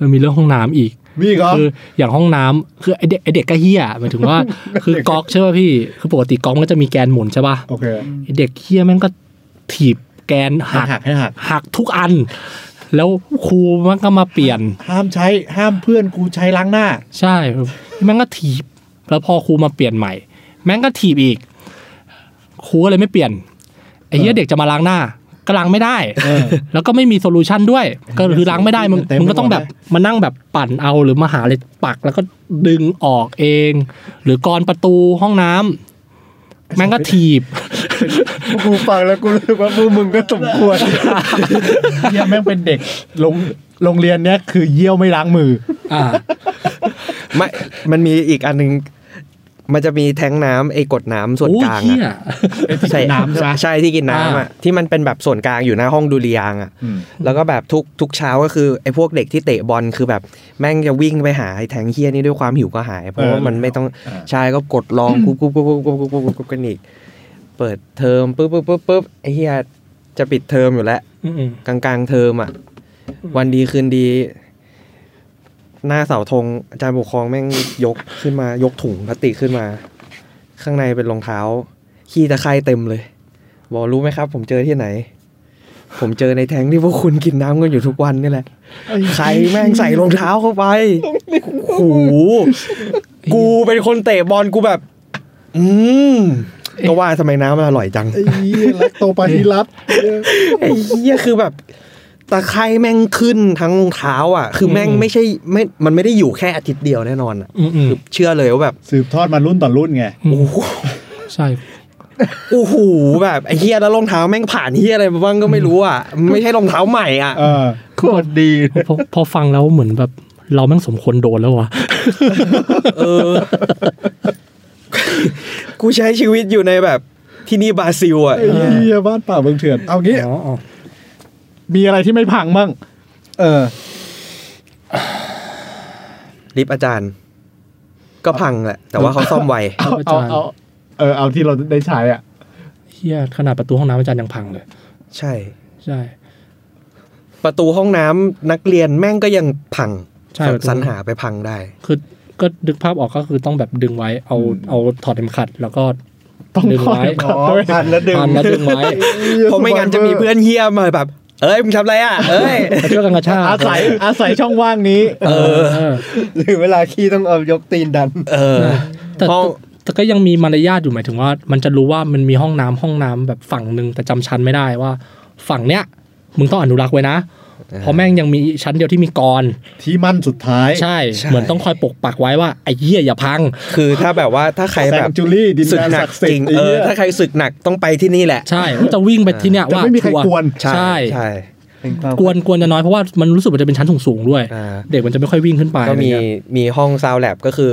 Speaker 3: มันมีเรื่องห้องน้ำอีก
Speaker 1: มีอีก็
Speaker 3: คืออย่างห้องน้ำคือไอเด็กไอเด็กก็เฮี้ยหมายถึ งว่า คือก๊อกใช่ป่ะพี่คือปกติก๊อกมันก็จะมีแกนหมุนใช่ป่ะ
Speaker 1: โอเค
Speaker 3: ไอเด็กเฮี้ยแม่งก็ถีบแกน
Speaker 1: หั
Speaker 3: หั
Speaker 1: ก
Speaker 3: ก
Speaker 1: หักให้หัก
Speaker 3: หักทุกอัน แล้วครูมันก็มาเปลี่ยน
Speaker 1: ห้ามใช้ห้ามเพื่อนกูใช้ล้างหน้า
Speaker 3: ใช่แม่งก็ถีบ แล้วพอครูมาเปลี่ยนใหม่ แม่งก็ถีบอีกครูก็เลยไม่เปลี่ยนไอ้เหี้ยเด็กจะมาล้างหน้า ก็ล้างไม่ได้ แล้วก็ไม่มีโซลูชันด้วย ก็คือล้างไม่ได้มึง
Speaker 1: เต็มไปหมด
Speaker 3: มึงก็ต้องแบบ
Speaker 1: เลย
Speaker 3: มานั่งแบบปั่นเอาหรือมาหาอะไรปัก แล้วก็ดึงออกเอง หรือกรอนประตูห้องน้ำแม่งก็ถีบ
Speaker 2: กูฟังแล้วกูรู้สึกว่าพวกมึงก็สมควร
Speaker 1: เยี่ยแม่งเป็นเด็กโรงโรงเรียนเนี้ยคือเยี่ยวไม่ล้างมือ
Speaker 3: อ่า
Speaker 4: ไม่มันมีอีกอันหนึง มันจะมีแทงน้ำไอ้กดน้ำส่วนกลางอะ
Speaker 1: ไอ้ที่กินน้ำใช่ไหม
Speaker 4: ใช่ที่กินน้ำ
Speaker 3: อ่า
Speaker 4: อ่ะที่มันเป็นแบบส่วนกลางอยู่หน้าห้องดูรียางค์อ่ะ
Speaker 1: อืม
Speaker 4: แล้วก็แบบทุกทุกเช้าก็คือไอ้พวกเด็กที่เตะบอลคือแบบแม่งจะวิ่งไปหาไอ้แทงเฮี้ยนี่ด้วยความหิวก็หาย เพราะว่ามันไม่ต้องใช่ก็กดลองกุ๊บกุ๊บกุ๊บกุ๊บกุ๊บกุ๊บกุ๊บกุ๊บกันอีกเปิดเทอมปุ๊บปุ๊บปุ๊บปุ๊บไอ้เฮียจะปิดเทอมอยู่แล้ว
Speaker 3: อืม
Speaker 4: กลางกลางๆเทอมอ่ะ วันดีคืนดี หน้าเสาธงอาจารย์ปกครองแม่งยกขึ้นมายกถุงพลาสติกขึ้นมา ข้างในเป็นรองเท้า ขี้ตะไคร่เต็มเลย บอกรู้ไหมครับ ผมเจอที่ไหน ผมเจอในแทงที่พวกคุณกินน้ำกันอยู่ทุกวันนี่แหละใครแม่งใส่รองเท้าเข้าไปโอ้โหกูเป็นคนเตะบอลกูแบบ อืมก็ว่าทำไมน้ำมันอร่อยจัง
Speaker 1: ไอ้เหี้ยรักโตปาทิรัตน์
Speaker 4: ไอ้เหี้ยคือแบบตะไคร้แม่งขึ้นทั้งรองเท้า อ่ะ คือแม่ง
Speaker 3: อืม
Speaker 4: ไม่ใช่ไม่มันไม่ได้อยู่แค่อาทิตย์เดียวแน่นอนอ่ะ
Speaker 3: อืมอืม
Speaker 4: เชื่อเลยว่าแบบ
Speaker 1: สืบทอดมารุ่นต่อรุ่นไง
Speaker 3: อืม
Speaker 4: โอ้โห
Speaker 3: ใช่
Speaker 4: โอ้โหแบบไอ้เหี้ยแล้วรองเท้าแม่งผ่านเหี้ยอะไรมาบ้างก็ไม่รู้อ่ะไม่ใช่รองเท้าใหม่อ่ะ
Speaker 1: เออโคตรดี
Speaker 3: พอพอฟังแล้วเหมือนแบบ เราแม่งสมควรโดนแล้ววะ
Speaker 4: เออ กูใช้ชีวิตอยู่ในแบบที่นี่บราซิลอ่ะ
Speaker 1: ไอ้เหี้ยบ้านป่าเมืองเถื่อน เอางี้ มีอะไรที่ไม่พังบ้างเออ
Speaker 4: ลิฟต์อาจารย์ ก็พังแหละ แต่ว่าเขาซ่อมไว
Speaker 1: เอา
Speaker 3: อา
Speaker 1: เอา
Speaker 3: จารย์
Speaker 1: เอาเออเอาที่เราได้ใช้อ่ะ
Speaker 3: เฮียขนาดประตูห้องน้ำอาจารย์ยังพังเลย
Speaker 4: ใช่
Speaker 3: ใช่
Speaker 4: ประตูห้องน้ำนักเรียนแม่งก็ยังพัง
Speaker 3: ใช่ประตู
Speaker 4: สรรหาไปพังได้
Speaker 3: คือก็ดึกภาพออกก็คือต้องแบบดึงไว้ เอา
Speaker 1: อืม
Speaker 3: เอาถอดเข็มขัด แล้วก็
Speaker 1: ต้อง
Speaker 3: ดึง
Speaker 1: คอ
Speaker 3: ไว้
Speaker 1: ยขัดด้วย
Speaker 2: พันแล้วดึง
Speaker 3: พันแล้วดึงไว้
Speaker 4: เพราะไม่งั้นจะมีเพื่อนเฮียมาแบบ เอ้ย มึงทำอะไรอ่ะ เอ้ย
Speaker 3: มาช่วยกันกระชาก
Speaker 1: อาศัยอาศัยช่องว่างนี้
Speaker 3: เออเออ
Speaker 2: หรือเวลาขี้ต้องเอายกตีนดัน
Speaker 4: เออ
Speaker 3: แต่
Speaker 4: ห้อง
Speaker 3: แต่ก็ยังมีมารยาทอยู่หมายถึงว่า มันจะรู้ว่ามันมีห้องน้ำห้องน้ำแบบฝั่งหนึ่งแต่จำชั้นไม่ได้ว่า ฝั่งเนี้ยมึงต้องอนุรักษ์ไว้นะเพราะแม่งยังมีชั้นเดียวที่มีกร
Speaker 1: ที่มั่นสุดท้าย
Speaker 3: ใช่
Speaker 4: ใช่
Speaker 3: เหมือนต้องคอยปกปักไว้ว่าไอ้เหี้ยอย่าพัง
Speaker 4: คือถ้าแบบว่าถ้าใคร
Speaker 1: แซ
Speaker 4: แบบ
Speaker 1: งจูรี่ดิน
Speaker 4: ศึก
Speaker 1: แดน
Speaker 4: หนั
Speaker 1: ศั
Speaker 4: ก
Speaker 1: กดิ์
Speaker 4: จ
Speaker 1: สิ
Speaker 4: ริ
Speaker 1: ท
Speaker 4: ง
Speaker 1: ธิ์
Speaker 4: เออ
Speaker 1: ไ
Speaker 4: ถ้าใครศึกหนักต้องไปที่นี่แหละ
Speaker 3: ใช่ก็จะวิ่งไปที่เนี้ย
Speaker 1: จะ
Speaker 3: ว่า
Speaker 1: ไม่มีใครกวน
Speaker 3: ใช่
Speaker 4: ใช่
Speaker 3: กวนกวนจะน้อยเพราะว่ามันรู้สึกมันจะเป็นชั้นสูงๆด้วย
Speaker 4: อ่า
Speaker 3: เด็กมันจะไม่ค่อยวิ่งขึ้นไป
Speaker 4: ก็มี
Speaker 3: อะไรเงี้ย
Speaker 4: มีห้องซาวแลบก็คือ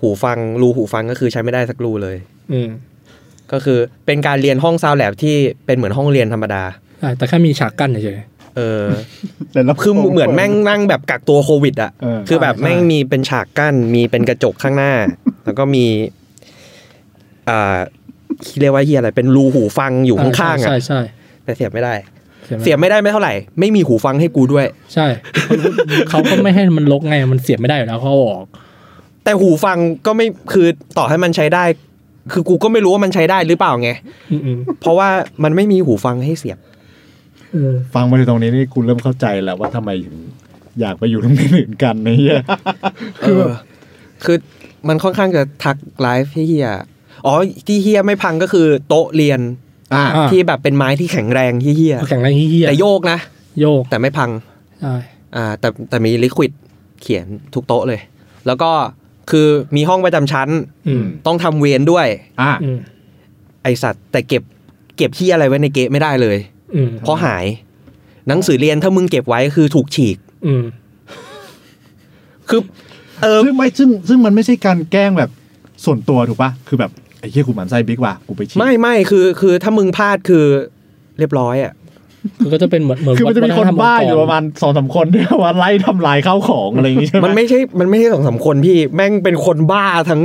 Speaker 4: หูฟังรูหูฟังก็คือใช้ไม่ได้สักรูเลย
Speaker 3: อืม
Speaker 4: ก็คือเป็นการเรียนห้องซาวแลบที่เป็นเหมือนห้องเรียนธรรมดา
Speaker 3: ใช่แต่แค่มีฉากกั้นเฉย
Speaker 4: เออ
Speaker 1: แต่เรา
Speaker 4: คือเหมือนแม่งนั่งแบบกักตัวโควิดอ่ะ
Speaker 1: เออ
Speaker 4: คือแบบ
Speaker 3: ใช่
Speaker 4: แม่งมีเป็นฉากกั้น มีเป็นกระจกข้างหน้า แล้วก็มีอ่าเรียกว่าเฮียอะไร เป็นรูหูฟังอ
Speaker 3: ๆ
Speaker 4: ยู่ข้างๆอ่ะ
Speaker 3: ใช่ใช่
Speaker 4: แต่เสียบไม่ได้
Speaker 3: ใช่
Speaker 4: เสียบไม่ได้ไม่เท่าไหร่ ไม่มีหูฟังให้กูด้วย
Speaker 3: ใช่ เขาก็ไม่ให้มันลกไงมันเสียบไม่ได้อยู่แล้วเขาเอาออก
Speaker 4: แต่หูฟังก็ไม่ คือต่อให้มันใช้ได้ คือกูก็ไม่รู้ว่ามันใช้ได้หรือเปล่าไง
Speaker 3: อืมอืม
Speaker 4: เพราะว่ามันไม่มีหูฟังให้เสียบ
Speaker 1: ฟังมาถึงตรงนี้นี่คุณเริ่มเข้าใจแล้วว่าทำไมถึงอยากไปอยู่โรงเรียนอื่นกันในเฮีย
Speaker 4: เออ คือมันค่อนข้างจะทักไลฟ์ที่เฮียอ๋อ ที่เฮียไม่พังก็คือโต๊ะเรียน
Speaker 1: อ่ะ
Speaker 3: อ่า
Speaker 4: ที่แบบเป็นไม้ที่แข็งแรงเฮี้ย
Speaker 3: แข่งแรงเฮี้
Speaker 4: ๆ
Speaker 3: ย
Speaker 4: แต่โยกนะ
Speaker 3: โยก
Speaker 4: แต่ไม่พัง
Speaker 3: ใช่
Speaker 4: อ่า แต่แต่มีลิควิดเขียนทุกโต๊ะเลย แล้วก็คือมีห้องประจำชั้น
Speaker 3: อืม
Speaker 4: ต้องทำเวรด้วย
Speaker 1: อ่ะ
Speaker 3: อืม
Speaker 4: ไอสัตว์ แต่เก็บเก็บที่อะไรไว้ในเกะไม่ได้เลย
Speaker 3: อืม
Speaker 4: เพราะหาย หนังสือเรียนถ้ามึงเก็บไว้คือถูกฉีก
Speaker 3: อืม
Speaker 4: คือ เออ
Speaker 1: ซึ่งไม่ซึ่งซึ่งมันไม่ใช่การแกล้งแบบส่วนตัวถูกปะคือแบบไอ้เฮียกูหมันไส้บิ๊กว่ะกูไปฉีด
Speaker 4: ไม่ไม่คือคือถ้ามึงพลาดคือเรียบร้อยอ่ะ
Speaker 3: คือก็จะเป็นเหมือนเหมือน
Speaker 1: คือมันจะมีคนบ้าอยู่ประ
Speaker 3: วัฒนธมงค์ก
Speaker 1: มาณสองสามคน ที่ว่าไล่ทำลายข้าวของอะไรอย่างงี้ใช่ไหม
Speaker 4: มันไม่ใช่มันไม่ใช่สองสามคนพี่แม่งเป็นคนบ้าทั้ง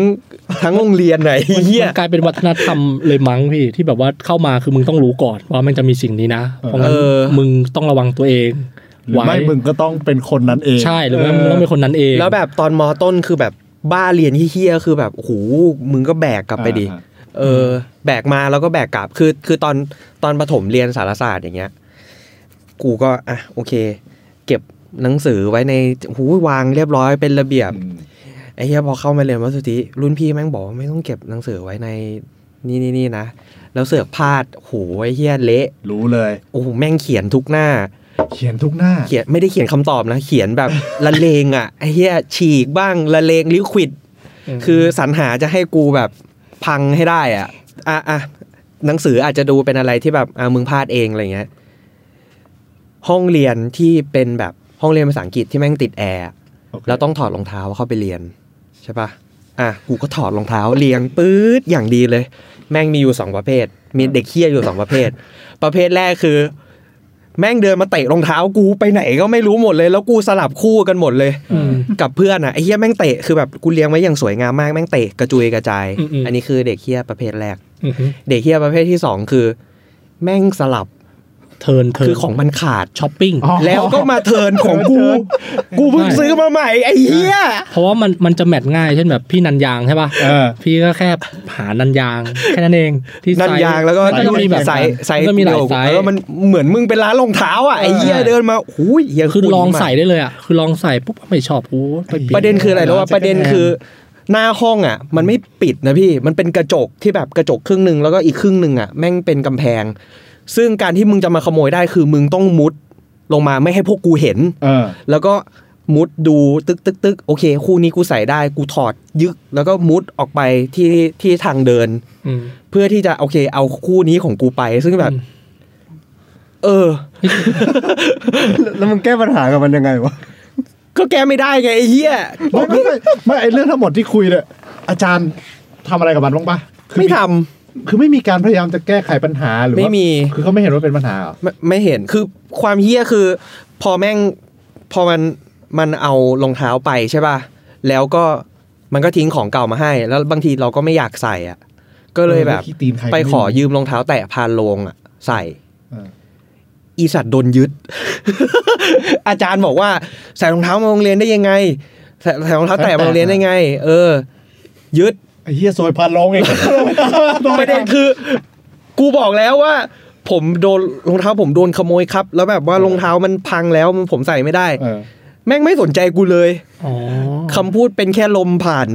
Speaker 4: ทั้งโรงเรียนไหน
Speaker 3: มัน
Speaker 4: เฮี้ย
Speaker 3: มันกลายเป็นวัฒนธรรมเลยมั้งพี่ที่แบบว่าเข้ามาคือมึงต้องรู้ก่อนว่ามันจะมีสิ่งนี้นะเพราะงั้น
Speaker 4: เออ
Speaker 3: มึงต้องระวังตัวเอง
Speaker 1: หรือ
Speaker 3: ไว้
Speaker 1: ไม่มึงก็ต้องเป็นคนนั้นเอง
Speaker 3: ใช่หรือไม่มึงต้องเป็นคนนั้นเอง
Speaker 4: แล้วแบบตอนมอต้นคือแบบบ้าเรียนเฮี้ยๆคือแบบโอ้โหมึงก็แบกกลับไปดิ
Speaker 1: อ่า
Speaker 4: เออ แบกมาแล้วก็แบกกลับคือคือตอนตอนประถมเรียนสารศาสตร์อย่างเงี้ย กูก็อ่ะโอเค เก็บหนังสือไว้ในหูวางเรียบร้อยเป็นระเบียบ
Speaker 1: อืม
Speaker 4: ไอ้เฮียพอเข้ามาเรียนวัดสุทธิรุ่นพี่แม่งบอกว่าไม่ต้องเก็บหนังสือไว้ในนี่นี่นี่นะ แล้วเสือกพลาดโหไอ้เฮียเละ
Speaker 1: รู้เลย
Speaker 4: โอ้โหแม่งเขียนทุกหน้า
Speaker 1: เขียนทุกหน้า
Speaker 4: เขียนไม่ได้เขียนคำตอบนะ เขียนแบบ ละเลงอ่ะไอ้เฮียฉีกบ้างละเลงลิควิด คือสรรหาจะให้กูแบบพังให้ได้อ่ะอ่ะอ่ะหนังสืออาจจะดูเป็นอะไรที่แบบอ่ะมึงพลาดเองอะไรเงี้ยห้องเรียนที่เป็นแบบห้องเรียนภาษาอังกฤษที่แม่งติดแอร์อะ
Speaker 1: โค
Speaker 4: แล้วต้องถอดรองเท้าเข้าไปเรียน ใช่ปะอ่ะกูก็ถอดรองเท้าเรียงปื๊ดอย่างดีเลย แม่งมีอยู่สองประเภท มีเด็กเคี้ยอยู่สองประเภท ประเภทแรกคือ แม่งเดินมาเตะรองเท้ากูไปไหนก็ไม่รู้หมดเลย แล้วกูสลับคู่กันหมดเลย
Speaker 3: อืม
Speaker 4: กับเพื่อนอ่ะไอ้เหี้ยแม่งเตะคือแบบกูเลี้ยงไว้อย่างสวยงามมากแม่งเตะกระจุยกระจาย
Speaker 3: อืมๆ
Speaker 4: อันนี้คือเด็กเคี้ยประเภทแรก
Speaker 3: อือฮึ
Speaker 4: เด็กเคี้ยประเภทที่สองคือ แม่งสลับ
Speaker 3: เทิร์นเทิร์น
Speaker 4: คือของมันขาด
Speaker 3: ช้อปปิ้ง
Speaker 1: อ๋อ
Speaker 4: แล้วก็มาเทิร์นของกู กูเพิ่งซื้อมาใหม่ไอ้เหี้ย
Speaker 3: เพราะว่ามันมันจะแมทง่ายเช่นแบบพี่นันยางใช่ป่ะ
Speaker 1: เออ
Speaker 3: พี่ก็แค่หานันยาง แค่นั้นเองที่ไซส์
Speaker 4: นันยางแล้วก็
Speaker 3: มันก็มีแบบ
Speaker 1: ไซ
Speaker 4: สาย
Speaker 1: ส์
Speaker 4: สาย
Speaker 3: มันก็มีหลายไซส์
Speaker 4: แล้วมันเหมือนมึงเป็นร้านรองเท้าอ่ะไอ้เหี้ยเดินมาหูยเหี้ย
Speaker 3: คือ
Speaker 4: กู
Speaker 3: ลอง
Speaker 4: มา
Speaker 3: ใส่ได้เลยอ่ะคือลองใส่ปุ๊บไม่ชอบโอ้ไปเปลี่ยน
Speaker 4: ประเด็นคืออะไรรู้ว่าประเด็นคือ หน้าห้องอ่ะ มันไม่ปิดนะพี่มันเป็นกระจกที่แบบกระจกครึ่งหนึ่งแล้วก็อีกครึ่งหนึ่งอ่ะแม่งเป็นกำแพง ซึ่งการที่มึงจะมาขโมยได้คือมึงต้องมุดลงมาไม่ให้พวกกูเห็น
Speaker 1: เออ
Speaker 4: แล้วก็มุดดูตึกตึกตึกโอเค คู่นี้กูใส่ได้กูถอดยึก แล้วก็มุดออกไปที่ที่ทางเดิน
Speaker 3: อืม
Speaker 4: เพื่อที่จะโอเคเอาคู่นี้ของกูไป ซึ่งแบบ เออ
Speaker 2: แล้วมันแก้ปัญหากับมันยังไงวะ
Speaker 4: ก็แก้ไม่ได้ไงไอ้เหี้ย
Speaker 1: ไม่ไม่ไม่ไม่ไอเรื่องทั้งหมดที่คุยเนี่ยอาจารย์ทำอะไรกับมันบ้างปะคือ
Speaker 4: ไม่ทำ
Speaker 1: คือไม่มีการพยายามจะแก้ไขปัญหาหรือว่า
Speaker 4: ไม่มี
Speaker 1: คือเขาไม่เห็นว่าเป็นปัญหาเหรอ
Speaker 4: ไม่ไม่เห็นคือความเหี้ยคือ พอแม่งพอมันมันเอารองเท้าไปใช่ป่ะ แล้วก็มันก็ทิ้งของเก่ามาให้ แล้วบางทีเราก็ไม่อยากใส่อ่ะ ก็เลยแบบ
Speaker 1: ออขี้ตีนใครก็
Speaker 4: ไป
Speaker 1: ม่รู้
Speaker 4: ขอยืมรองเท้าแตะพานโลงอ่ะ ใส่
Speaker 1: เออ
Speaker 4: อีสัตว์โดนยึด อาจารย์บอกว่าใส่รองเท้ามาโรงเรียนได้ยังไงใส่ใส่รองเท้าแตะมาโรงเรียนได้ไง เออ ยึด
Speaker 1: ไอ้เหี้ยซวยพันล งเอง
Speaker 4: ประเด็นคือ กูบอกแล้วว่า ผมโดนรองเท้าผมโดนขโมยครับ แล้วแบบว่ารองเท้ามันพังแล้วมันผมใส่ไม่ได้
Speaker 1: เออ
Speaker 4: แม่งไม่สนใจกูเลย
Speaker 3: อ๋อ
Speaker 4: คำพูดเป็นแค่ลมผ่าน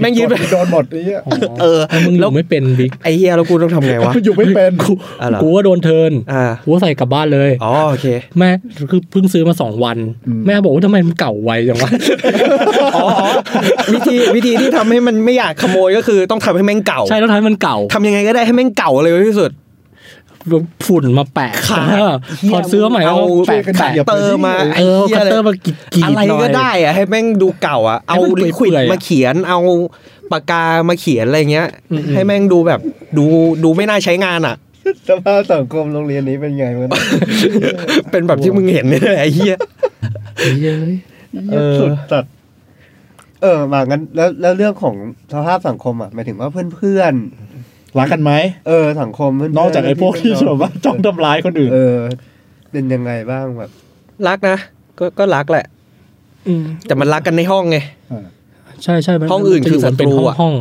Speaker 4: แม่งยืนไป
Speaker 1: โดนหมดไอ้เหี้ย
Speaker 4: เออ
Speaker 3: แล้วมึงอ
Speaker 4: แล้
Speaker 3: ยู่
Speaker 4: ว
Speaker 3: ไม่เป็นบิ๊ก
Speaker 4: ไอ้เฮียแล้วกูต้องทำไงวะ
Speaker 1: อยู่ไม่เป็น
Speaker 4: อ่ะเหรอ
Speaker 3: กูก็โดนเทิร์น
Speaker 4: อ่า
Speaker 3: กูก็ใส่กลับบ้านเลย
Speaker 4: อ๋อโอเค
Speaker 3: แม่คือเพิ่งซื้อมาสองวัน แม่บอกว่าทำไมมันเก่าไวจังวะ
Speaker 4: อ๋ออ๋อวิธีวิธีที่ทำให้มันไม่อยากขโมยก็คือต้องทำให้แม่งเก่า
Speaker 3: ใช่แล้วทำให้มันเก่า
Speaker 4: ทำยังไงก็ได้ให้แม่งเก่าเลยที่สุด
Speaker 3: ฝุ่นมาแปะ
Speaker 4: ขาด
Speaker 3: ถอดเสื้อใหม่แล้ว
Speaker 4: เอา
Speaker 3: แปะแปะ
Speaker 4: เตอร์มาไอ้
Speaker 3: เออ
Speaker 4: เฮีย
Speaker 3: คัต
Speaker 4: เลย
Speaker 3: เตอร์มากรีดๆ
Speaker 4: อะไร
Speaker 3: หน่ย
Speaker 4: ก็ได้อะให้แม่งดูเก่าอะ
Speaker 3: ให้
Speaker 4: เอา
Speaker 3: มันเปื่
Speaker 4: ลิ
Speaker 3: อยๆ
Speaker 4: ควิด
Speaker 3: อะ
Speaker 4: มาเขียนเอาปากกามาเขียนอะไรเงี้ย
Speaker 3: อืมๆ
Speaker 4: ให้แม่งดูแบบดูดูไม่น่าใช้งานอะ
Speaker 2: สภาพสังคมโรงเรียนนี้เป็นไงมัน
Speaker 4: เป็นแบบที่มึงเห็นเนี่ยไอ้เหี้ย
Speaker 3: เยอะเลย
Speaker 2: เออ
Speaker 1: สุดจัด
Speaker 2: เออมางั้นแล้วแล้วเรื่องของสภาพสังคมอ่ะหมายถึงว่าเพื่อน
Speaker 1: รักกันไหม
Speaker 2: ๆเออสังคมเพื่อนๆ
Speaker 1: นอกจากไอ้พวกที่แบบว่าจ้องทำร้ายคนอื่น
Speaker 2: เออ เป็นยังไงบ้างแบบ
Speaker 4: รักนะ ก็ก็รักแหละ
Speaker 3: อืม
Speaker 4: แต่มันรักกันในห้องไง
Speaker 3: ใช่ใช่มั
Speaker 4: ห้องอื่นคือศัตรูอะ
Speaker 3: เป็นห้องห้อง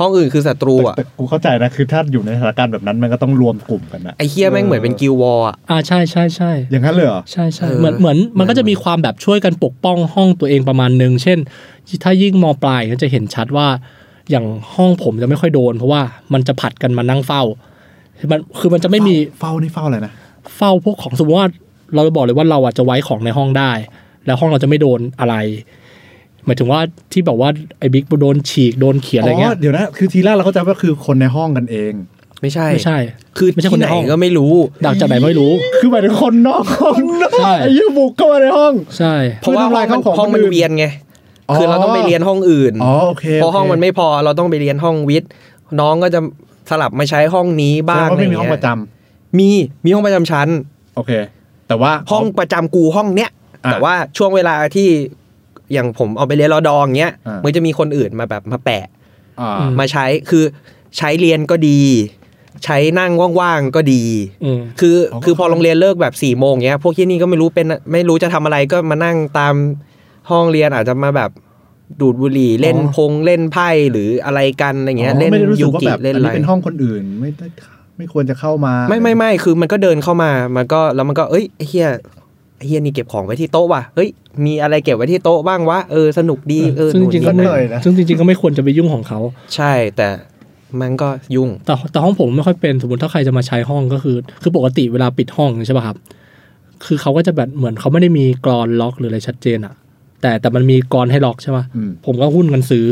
Speaker 4: ห้องอื่นคือศัตรูอะ
Speaker 1: แต่กูเข้าใจนะคือถ้าอยู่ในสถานการณ์แบบนั้นมันก็ต้องรวมกลุ่มกันนะ
Speaker 4: ไอ้เหี้ยแม่งเหมือนเป็นกิลวอร์อะ
Speaker 3: ๆอ่าใช่ใช่ใช่
Speaker 1: อย่างนั้นเลยเหรอ
Speaker 3: ใช่ใช่
Speaker 4: เออ
Speaker 3: เหมือนเหมือน
Speaker 4: เหมือ
Speaker 3: มั
Speaker 4: น น
Speaker 3: ก็จะมีความแบบช่วยกันปกป้องห้องตัวเองประมาณหนึ่งเช่น ถ้ายิ่งมอปลายก็จะเห็นชัดว่า อย่างห้องผมจะไม่ค่อยโดน เพราะว่ามันจะผัดกันมานั่งเฝ้ามันคือมันจะไม่มี
Speaker 1: เฝ้านี่เฝ้าอะไรนะ
Speaker 3: เฝ้าพวกของสมมติว่าเราจะบอกเลยว่าเราอ่ะจะไว้ของในห้องได้ แล้วห้องเราจะไม่โดนอะไร หมายถึงว่าที่แบบว่าไอ้บิ๊กโดนฉีกโดนเขียนอะไรเงี้ย
Speaker 1: เดี๋ยวนะ คือทีแรกเราเข้าใจว่าคือคนในห้องกันเอง
Speaker 4: ไม่ใช่
Speaker 3: ไม่ใช่
Speaker 4: คือ
Speaker 3: ไม่ใช่คน
Speaker 4: ที่
Speaker 3: ใน
Speaker 4: ไหน
Speaker 3: ห้อง
Speaker 4: ก็ไม่รู้
Speaker 3: ดักจากไหนไม่รู้
Speaker 1: คือหมายถึงคนนอกห้อง
Speaker 3: ใช่
Speaker 1: ไอ้ยี่บุกเข้ามาในห้อง
Speaker 3: ใช่
Speaker 4: เพราะว่า
Speaker 1: คือทำลาย
Speaker 4: ห้อง
Speaker 1: ข้าวข
Speaker 4: มัน
Speaker 1: อง
Speaker 4: ห้องมัน
Speaker 1: คนอื่น
Speaker 4: เวียนไง
Speaker 1: อ๋อ
Speaker 4: คือเราต้องไปเรียนห้องอื่น
Speaker 1: อ๋อโอเค
Speaker 4: พอห้องมันไม่พอเราต้องไปเรียนห้องวิทย์ น้องก็จะสลับมาใช้ห้องนี้บ้าง
Speaker 1: แสดว่าไม่มี
Speaker 4: ะร
Speaker 1: ห้อง
Speaker 4: เย
Speaker 1: ประจำ
Speaker 4: มีมีห้องประจำชั้น
Speaker 1: โอเค แต่ว่า
Speaker 4: ห้องประจำกูห้องเนี้ย
Speaker 1: อ่ะ
Speaker 4: แต่ว่าช่วงเวลาที่อย่างผมเอาไปเรียนรอดองเงี้ย
Speaker 1: อ่ะ
Speaker 4: มันจะมีคนอื่นมาแบบมาแปะ
Speaker 1: อ่า
Speaker 3: อืม
Speaker 4: มาใช้คือใช้เรียนก็ดี ใช้นั่งว่างๆก็ดี
Speaker 3: อืม
Speaker 4: คือคือพอโรงเรียนเลิกแบบสี่โมงเงี้ยพวกที่นี่ก็ไม่รู้เป็นไม่รู้จะทำอะไรก็มานั่งตามห้องเรียนอาจจะมาแบบดูดบุหรี่เล่นพงเล่นไพ่หรืออะไรกันอะไรเงี้ย
Speaker 1: อ๋อ
Speaker 4: เล่น
Speaker 1: ไม่ได้รู้สึ
Speaker 4: ยู
Speaker 1: กว่า
Speaker 4: กิ
Speaker 1: แบบ
Speaker 4: เล่น
Speaker 1: อัน
Speaker 4: อะไร
Speaker 1: นี้เป็นห้องคนอื่นไม่ได้ ไม่ควรจะเข้ามา
Speaker 4: ไม่ไม่ไม่คือมันก็เดินเข้ามามันก็แล้วมันก็เอ้ยไอ้เฮียไอ้เฮียนี่เก็บของไว้ที่โต๊ะว่ะเฮ้ยมีอะไรเก็บไว้ที่โต๊ะบ้างวะเออสนุกดีเออ
Speaker 3: ซึ่ง
Speaker 4: นู่น
Speaker 3: จริงๆ
Speaker 4: นี่
Speaker 3: ก็ไม่
Speaker 4: นั่น
Speaker 3: ซึ่งจริงๆก็ไม่ควรจะไปยุ่งของเขา
Speaker 4: ใช่แต่มันก็ยุ่ง
Speaker 3: แต่แต่ห้องผมไม่ค่อยเป็นสมมติถ้าใครจะมาใช้ห้องก็คือ คือปกติเวลาปิดห้องใช่ป่ะครับ คือเขาก็จะแบบเหมือนเขาไม่ได้มีกรอนล็อกหรืออะไรชัดเจนอะแต่แต่มันมีกรอนให้ล็อกใช่ป่ะ
Speaker 1: อืม
Speaker 3: ผมก็หุ้นกันซื้อ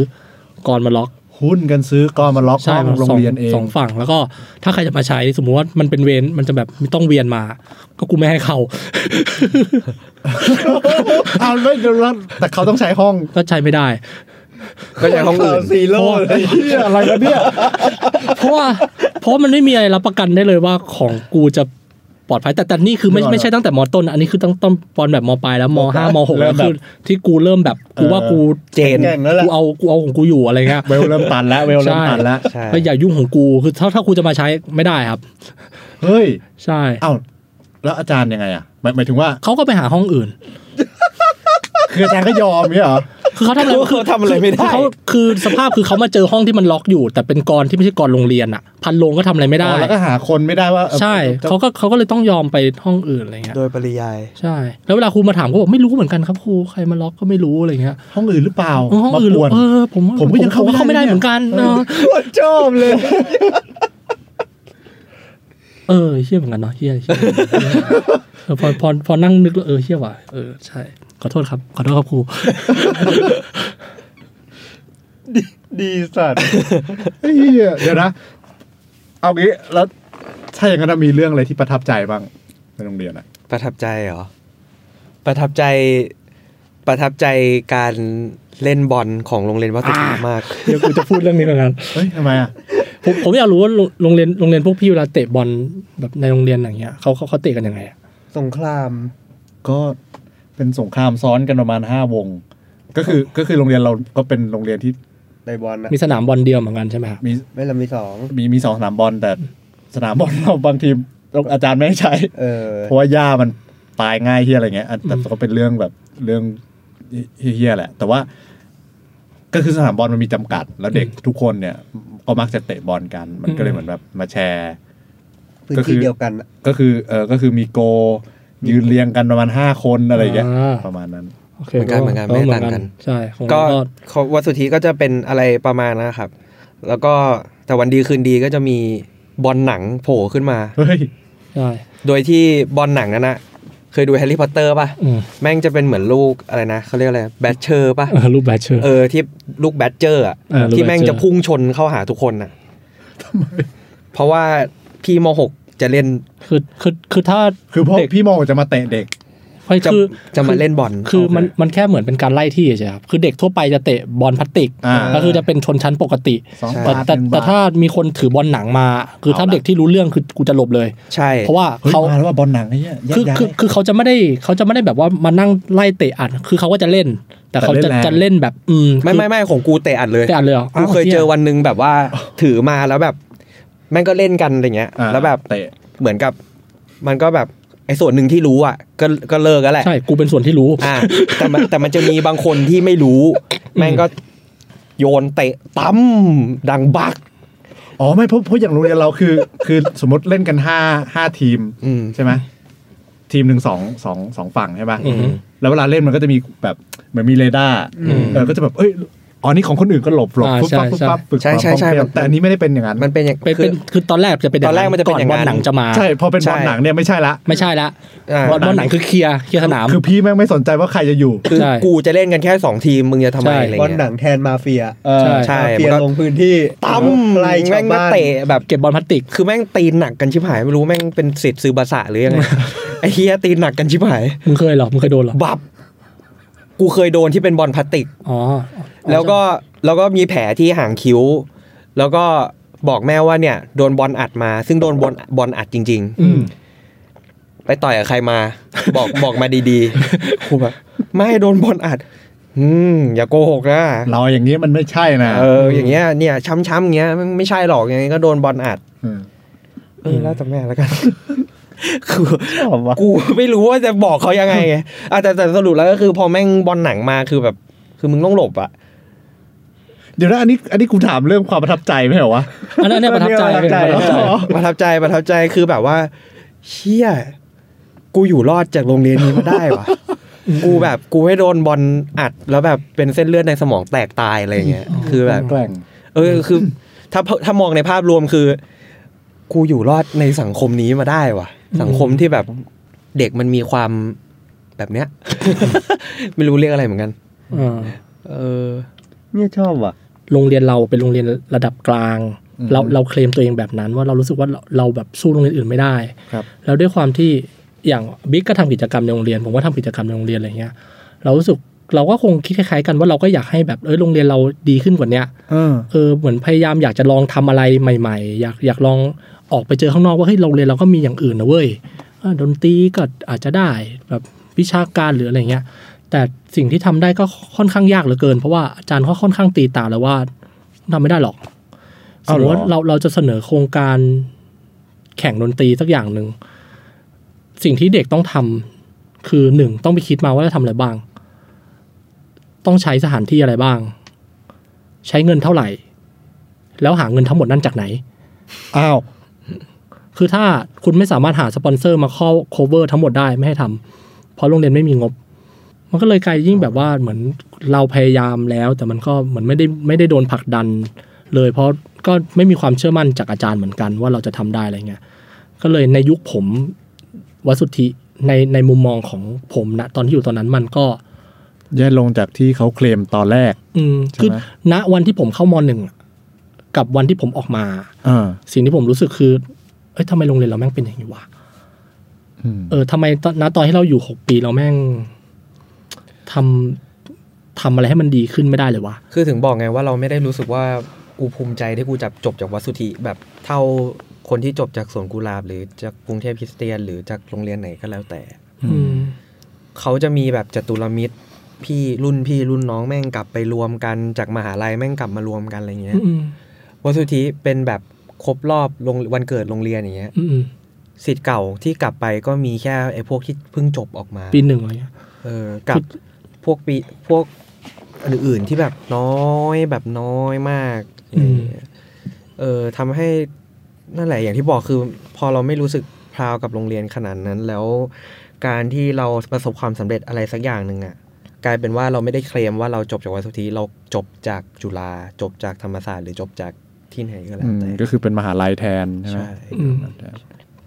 Speaker 3: กรอนมาล็อก
Speaker 1: หุ้นกันซื้อก็มาล็อก
Speaker 3: ใช่
Speaker 1: ห้อง
Speaker 3: มัน
Speaker 1: โรง
Speaker 3: สอง
Speaker 1: เรียนเอง
Speaker 3: สองฝั่งแล้วก็ถ้าใครจะมาใช้สมมติว่ามันเป็นเวรมันจะแบบไม่ต้องเวียนมา ก็กูไม่ให้เขา
Speaker 1: อ้าวไม่เดี๋ยวนะแต่เขาต้องใช้ห้อง
Speaker 3: ก็ใช้ไม่ได้
Speaker 4: ก็ใช้ห้องอื่น
Speaker 2: ซีโร่
Speaker 1: ไอ้เหี้ยอะไรนะเนี่ย
Speaker 3: เพราะว่าเพราะมันไม่มีอะไรรับประกันได้เลยว่าของกูจะปลอดภัยแต่แต่นี่คือไม่ไม่ใช่ตั้งแต่มต้นนะอันนี้คือต้องต้องตอนแบบมปลายแล้วมห้ามหกแล้วคือที่กูเริ่มแบบกูว่ากู
Speaker 4: เจน
Speaker 1: แก่งแล้วแหละ
Speaker 3: กูเอากูเอาของกูอยู่อะไรเงี้ย
Speaker 1: เวลเริ่มตันแล้วเวลเริ่ม
Speaker 3: ใช่
Speaker 1: ตันแล้ว
Speaker 4: ใช่
Speaker 3: ก็อย่ายุ่งของกูคือถ้าถ้ากูจะมาใช้ไม่ได้ครับ
Speaker 1: เฮ้ย
Speaker 3: ใช่
Speaker 1: อ้าวแล้วอาจารย์ยังไงอ่ะหมายหมายถึงว่า
Speaker 3: เขาก็ไปหาห้องอื่น
Speaker 1: คืออาจารย์ก็ยอมเนี่ยเหรอ
Speaker 3: คือเขาทำอะไร
Speaker 4: เขาทำอะไรไม่ได้
Speaker 3: คือเขาคือสภาพคือเขามาเจอห้องที่มันล็อกอยู่ แต่เป็นกรที่ไม่ใช่กรโรงเรียนอ่ะ พันโรงก็ทำอะไรไม่ได้
Speaker 1: อ๋อแล้วก็หาคนไม่ได้ว่าเออ
Speaker 3: ใช่
Speaker 1: จะ
Speaker 3: เขาก็เขาก็เลยต้องยอมไปห้องอื่นอะไรเงี้ย
Speaker 4: โดยปริยาย
Speaker 3: ใช่ แล้วเวลาครูมาถามก็บอกไม่รู้เหมือนกันครับครูใครมาล็อกก็ไม่รู้อะไรเงี้ย
Speaker 1: ห้องอื่นหรือเปล่า
Speaker 3: เออห้องอื่น
Speaker 1: มาป่วน
Speaker 3: เออผมว่า
Speaker 1: ผมก็ยังเข้า
Speaker 3: ผว่
Speaker 1: ไม่
Speaker 3: ไม่
Speaker 1: ได้
Speaker 3: ได้
Speaker 1: เลยเนี่ย
Speaker 3: เหมือนกันเนาะ
Speaker 2: ชอบเลย
Speaker 3: เออเชี่ยเหมือนกันเนาะเชี่ยเชี่ยเออพอพอพอนั่งนึกแล้วเออเชี่ยว่ะเออใช่ขอโทษครับขอโทษครับครู
Speaker 1: ดีสัตว์ เฮ้ยเดี๋ยวนะ เอางี้แล้วถ้าอย่างนั้นมีเรื่องอะไรที่ประทับใจบ้างในโรงเรียนอ่ะ
Speaker 4: ประทับใจเหรอ ประทับใจประทับใจการเล่นบอลของโรงเรียนวัดสุทัศน์มาก
Speaker 3: เดี๋ยวกูจะพูดเรื่องนี้เหมือนกัน
Speaker 1: เฮ้ยทำไมอ่ะ
Speaker 3: ผมผมอยากรู้ว่าโรงโรงเรียนโรงเรียนพวกพี่เวลาเตะบอลแบบในโรงเรียนอย่างเงี้ยเขาเขาเขาเตะกันยังไงอะ
Speaker 2: สงคราม
Speaker 1: ก็เป็นสงครามซ้อนกันประมาณห้าวง ก็คือก็คือโรงเรียนเราก็เป็นโรงเรียนที่
Speaker 2: ในบอลนะ
Speaker 3: มีสนามบอลเดียวเหมือนกันใช่ไหมครับ
Speaker 1: มี
Speaker 2: ไม่ละมีสอง
Speaker 1: มีมีสองสนามบอลแต่สนามบอลเราบางทีอาจารย์ไม่ให้ใช้
Speaker 2: เออ
Speaker 1: เพราะว่าหญ้ามันตายง่ายเฮียอะไรเงี้ยอ่ะแต่ก็เป็นเรื่องแบบเรื่องเฮียๆแหละ แต่ว่า ก็คือสนามบอลมันมีจำกัด แล้วเด็กทุกคนเนี่ย ก็มักจะเตะบอลกัน มันก็เลยเหมือนแบบมาแชร์
Speaker 2: พื้น
Speaker 1: ก็คื
Speaker 2: ที่
Speaker 1: อ
Speaker 2: เดียวกันน่ะ
Speaker 1: ก็คือเออก็คือมีโกยืนเรียงกันประมาณห้าคนอะไรอย่างเงี้ย
Speaker 3: า
Speaker 1: ประมาณนั้น
Speaker 3: โค
Speaker 4: เหมือนกันเหมือนกันไม่ต่างกัน
Speaker 3: ใช่ของ
Speaker 4: ก็
Speaker 3: เราก็
Speaker 4: เขาวัดสุทธิก็จะเป็นอะไรประมาณนะครับ แล้วก็แต่วันดีคืนดีก็จะมีบอลหนังโผล่ขึ้นมา
Speaker 1: เฮ้ย
Speaker 3: ใช่
Speaker 4: โดยที่บอลหนังนั้นนะเคยดูแฮร์รี่พอตเตอร์ป่ะ
Speaker 3: อืม
Speaker 4: แม่งจะเป็นเหมือนลูกอะไรนะเขาเรียกอะไรแบทเชอร์ป่ะ
Speaker 3: เออรูปแบบเชิญ
Speaker 4: เออที่ลูกแบดเจอร์อะ
Speaker 3: เออลูก
Speaker 4: ที่แม่ง
Speaker 3: แบดเจอร์
Speaker 4: จะพุ่งชนเข้าหาทุกคนน่ะเพราะว่าพี่มหกจะเล่น
Speaker 3: คือคือคือถ้า
Speaker 1: คือพวกพี่โมจะมาเตะเด็ก
Speaker 3: ไม่
Speaker 4: จะ
Speaker 3: คือ
Speaker 4: จะมาเล่นบอล
Speaker 3: คือมันมันแค่เหมือนเป็นการไล่ที่เฉยๆครับคือเด็กทั่วไปจะเตะบอลพลาสติก
Speaker 1: อ่า
Speaker 3: ก็คือจะเป็นชนชั้นปกติ
Speaker 1: สอง
Speaker 3: แต่
Speaker 1: บาท
Speaker 3: แต่
Speaker 1: หนึ่ง
Speaker 3: แต่
Speaker 1: บาท
Speaker 3: ถ้ามีคนถือบอลหนังมา คือถ้า
Speaker 1: เอาละ
Speaker 3: เด็กที่รู้เรื่องคือกูจะหลบเลย
Speaker 4: ใช่
Speaker 3: เพราะว่า
Speaker 1: เฮ้ย
Speaker 3: เขา
Speaker 1: มาแล้วว่าบอลหนังไอ้เนี่ยแยก
Speaker 3: คือ
Speaker 1: ย้าย
Speaker 3: คือคือเขาจะไม่ได้เขาจะไม่ได้แบบว่ามานั่งไล่เตะอัดคือเขาก็จะเล่น แต่เขา
Speaker 1: แต่เล่นแรง
Speaker 3: จะจะเล่นแบบอืม
Speaker 4: ไม่ไม่ไม่ของกูเตะอัดเลย
Speaker 3: เตะอัดเลยหรอ
Speaker 4: กูเคย
Speaker 3: าว
Speaker 4: เจอวันหนึ่งแบบ ว่าถือมาแล้วแบบ แม่งก็เล่นกันอะไรเงี้ย
Speaker 1: อ่า
Speaker 4: แล้วแบบ
Speaker 1: เตะ
Speaker 4: เหมือนกับ มันก็แบบไอ้ส่วนหนึ่งที่รู้อ่ะ ก็ก็เลิกแล้วแหละ
Speaker 3: ใช่กูเป็นส่วนที่รู้
Speaker 4: อ่าแต่มันแต่มันจะมีบางคนที่ไม่รู้ แม่งก็โยนเตะตั้มดังบัก
Speaker 1: อ๋อไม่เพราะเพราะอย่างโรงเรียนเราคือ คือสมมติเล่นกันห้าห้าทีม
Speaker 4: อืม
Speaker 1: ใช่ไหมทีมหนึ่งสองสองสองฝั่งใช่ป่ะ
Speaker 3: อือฮึ
Speaker 1: แล้วเวลาเล่นมันก็จะมีแบบเหมือนมีเรดาร์เออก็จะแบบเอ้ยอ๋อนี่ของคนอื่นก็หลบหลบ
Speaker 3: อ่า
Speaker 1: ปุ๊บปั๊บปุ๊บ
Speaker 3: ใช่
Speaker 1: ปั๊บฝึกค
Speaker 4: ใช่
Speaker 1: วามค
Speaker 4: ใช่
Speaker 1: ล่อง
Speaker 4: ใช่
Speaker 1: แคล่
Speaker 4: มั
Speaker 1: วน แต่อันนี้ไม่ได้เป็นอย่างนั้น
Speaker 4: มันเป็นอย่าง
Speaker 3: เป็น
Speaker 4: คื
Speaker 3: เป็น
Speaker 4: อ
Speaker 3: คือตอนแรกจะเป็นย่าง
Speaker 4: ตอนแรกมันจะเป็นอย่างนั้น
Speaker 3: ก่บอลหนังจะมา
Speaker 1: ใช่พอเป็นบอล
Speaker 4: ใช่
Speaker 1: หนังเนี่ยไม่ใช่ละ
Speaker 3: ไม่ใช่ละ
Speaker 4: อ่า
Speaker 3: บอลบอลหนังคือเคลียร์เคลียร์สนาม
Speaker 1: คือพี่แม่งไม่สนใจว่าใครจะอยู่
Speaker 4: คือ
Speaker 3: ใช่
Speaker 4: กูจะเล่นกันแค่สองทีม มึงจะทำไม
Speaker 3: ใช่
Speaker 4: อะไร
Speaker 2: บอลห
Speaker 4: เงี้
Speaker 2: นั
Speaker 4: ย
Speaker 2: งแทนมาเฟีย
Speaker 3: ใช่
Speaker 4: ใช่
Speaker 2: มาเฟีย
Speaker 4: มันก็
Speaker 2: ลงพื้นที่
Speaker 4: ตั้ม
Speaker 2: ไล่ชา
Speaker 4: แม่
Speaker 2: ว
Speaker 4: งมา
Speaker 2: บ้าน
Speaker 4: เตะแบบ
Speaker 3: เก็บบอลพลาสติก
Speaker 4: คือแม่งตีนหนักกันชิบหาย ไม่รู้แม่งเป็นสิทธิ์ซื้อบาสะหรือ ยังไง ไอ้เฮียตีนหนักกันชิบหาย
Speaker 3: มึงเคยเหรอมึงเคยโดนเหรอ
Speaker 4: บับ กูเคยโดนที่เป็นบอลพลาสติก
Speaker 3: อ๋อ
Speaker 4: แล้วก็แล้วก็มีแผลที่หางคิ้ว แล้วก็บอกแม่ว่าเนี่ย โดนบอลอัดมา ซึ่งโดนบอลบอลอัดจริง
Speaker 3: อืม
Speaker 4: ๆ ไปต่อยกับใครมา บอกบอกมาดี ๆกูแบบไม่โดนบอลอัด อืม อย่าโกหกนะ
Speaker 1: เราอย่างนี้มันไม่ใช่นะ
Speaker 4: เอออย่างเงี้ยเนี่ยช้ำๆอย่างเงี้ยมันไม่ใช่หรอกยังไงก็โดนบอลอัด
Speaker 1: ม
Speaker 4: เออแล้วแต่แม่ แล้วกัน คือ
Speaker 1: ชอบวะ
Speaker 4: กูไม่รู้ว่าจะบอกเขายังไงไงอ่ะแต่แต่สรุปแล้วก็คือพอแม่งบอลหนังมาคือแบบ คือมึงต้องหลบอ่ะ
Speaker 1: เดี๋ยวนะอันนี้อันนี้กูถามเรื่องความประทับใจไหมเหรอวะ
Speaker 3: อันนั้นเนี่ยประทับใจ
Speaker 1: ประทับใจ
Speaker 3: ประทับใจ
Speaker 4: ประทับใจประทับใจคือแบบว่าเชี่ยกูอยู่รอดจากโรงเรียนนี้มาได้วะกูแบบกูให้โดนบอลอัด แล้วแบบเป็นเส้นเลือดในสมองแตกตายอะไรเงี้ยคือแบบ
Speaker 1: แกล้ง
Speaker 4: เออคือ ถ้าถ้ามองในภาพรวมคือ กูอยู่รอดในสังคมนี้มาได้ว่ะ สังคมที่แบบเด็กมันมีความแบบเนี้ย ไม่รู้เรียกอะไรเหมือนกัน
Speaker 3: เออ
Speaker 4: เออ
Speaker 2: เนี่ยชอบว่ะ
Speaker 3: โรงเรียนเราเป็นโรงเรียนระดับกลาง เราเราเคลมตัวเองแบบนั้น ว่าเรารู้สึกว่าเราเราแบบสู้โรงเรียนอื่นไม่ได้
Speaker 1: ครับ
Speaker 3: แล้วด้วยความที่อย่างบิ๊กก็ทำกิจกรรมในโรงเรียน ผมก็ทำกิจกรรมในโรงเรียนอะไรเงี้ย เรารู้สึกเราก็คงคิดคล้ายๆกันว่าเราก็อยากให้แบบเออโรงเรียนเราดีขึ้นกว่าเนี้ย
Speaker 1: เออ
Speaker 3: เออเหมือนพยายามอยากจะลองทำอะไรใหม่ ๆ อยากอยากลองออกไปเจอข้างนอกว่าเฮ้ยโรงเรียนเราก็มีอย่างอื่นนะเว้ยเออดนตรีก็อาจจะได้แบบวิชาการหรืออะไรเงี้ย แต่สิ่งที่ทำได้ก็ค่อนข้างยากเหลือเกิน เพราะว่าอาจารย์เขาค่อนข้างตีตาแล้วว่าทำไม่ได้หรอกสม
Speaker 1: เอา
Speaker 3: ม
Speaker 1: เหรอ
Speaker 3: ติว่าเราเราจะเสนอโครงการแข่งดนตรีสักอย่างหนึ่งสิ่งที่เด็กต้องทำคือหนึ่งต้องไปคิดมาว่าจะทำอะไรบ้าง ต้องใช้สถานที่อะไรบ้าง ใช้เงินเท่าไหร่ แล้วหาเงินทั้งหมดนั่นจากไหน
Speaker 1: อ้าว
Speaker 3: คือถ้าคุณไม่สามารถหาสปอนเซอร์มาเข้า cover ทั้งหมดได้ไม่ให้ทำเพราะโรงเรียนไม่มีงบ มันก็เลยกลายยิ่งแบบว่าเหมือนเราพยายามแล้ว แต่มันก็เหมือนไม่ได้ไม่ได้โดนผลักดัน เลยเพราะก็ไม่มีความเชื่อมั่นจากอาจารย์เหมือนกันว่าเราจะทำได้อะไรเงี้ยก็เลยในยุคผมวสุทธิในในมุมมองของผมนะตอนที่อยู่ตอนนั้นมันก็
Speaker 1: แย่ลงจากที่เขาเคลมตอนแรก
Speaker 3: อืม
Speaker 1: ใช่ไหม
Speaker 3: คือณวันที่ผมเข้ามหนึ่งอะกับวันที่ผมออกมา
Speaker 1: เออ
Speaker 3: สิ่งที่ผมรู้สึกคือ เอ้ยทำไมโรงเรียนเราแม่งเป็นอย่างนี้วะ
Speaker 1: อืม
Speaker 3: เออทำไมตอนณตอนที่เราอยู่หกปีเราแม่งทำทำอะไรให้มันดีขึ้นไม่ได้เลยวะ
Speaker 4: คือถึงบอกไงว่าเราไม่ได้รู้สึกว่ากูภูมิใจที่กูจับจบจากวัดสุทธิแบบเท่าคนที่จบจากสวนกุหลาบ หรือจากกรุงเทพคริสเตียน หรือจากโรงเรียนไหนก็แล้วแต่
Speaker 3: อืม
Speaker 4: เขาจะมีแบบจตุรมิตรพี่รุ่นพี่รุ่นน้องแม่งกลับไปรวมกันจากมหาลัยแม่งกลับมารวมกันอะไรเงี้ย
Speaker 3: อืม
Speaker 4: วันสุทธิเป็นแบบครบรอบโรงวันเกิดโรงเรียนอย่างเงี้ย
Speaker 3: อืมอืม
Speaker 4: สิทธิ์เก่าที่กลับไปก็มีแค่ไอ้พวกที่เพิ่งจบออกมา
Speaker 3: ปีหนึ่งอะไรเงี้ย
Speaker 4: เออกับพวกปีพวกอนอื่นๆที่แบบน้อยแบบน้อยมาก
Speaker 3: อืม
Speaker 4: เออทำให้นั่นแหละอย่างที่บอกคือ พอเราไม่รู้สึกพราวกับโรงเรียนขนาดนั้น แล้วการที่เราประสบความสำเร็จอะไรสักอย่างหนึ่งอะ่ะกลายเป็นว่าเราไม่ได้เคลมว่าเราจบจากวัดสุทธิเราจบจากจุฬาจบจากธรรมศาสตร์หรือจบจากที่ไหนก็แล้
Speaker 1: อื
Speaker 4: ว
Speaker 1: ม
Speaker 4: แต่
Speaker 1: ก็คือเป็นมหาลัยแทนใช่ไหม
Speaker 4: ใช่
Speaker 3: อืม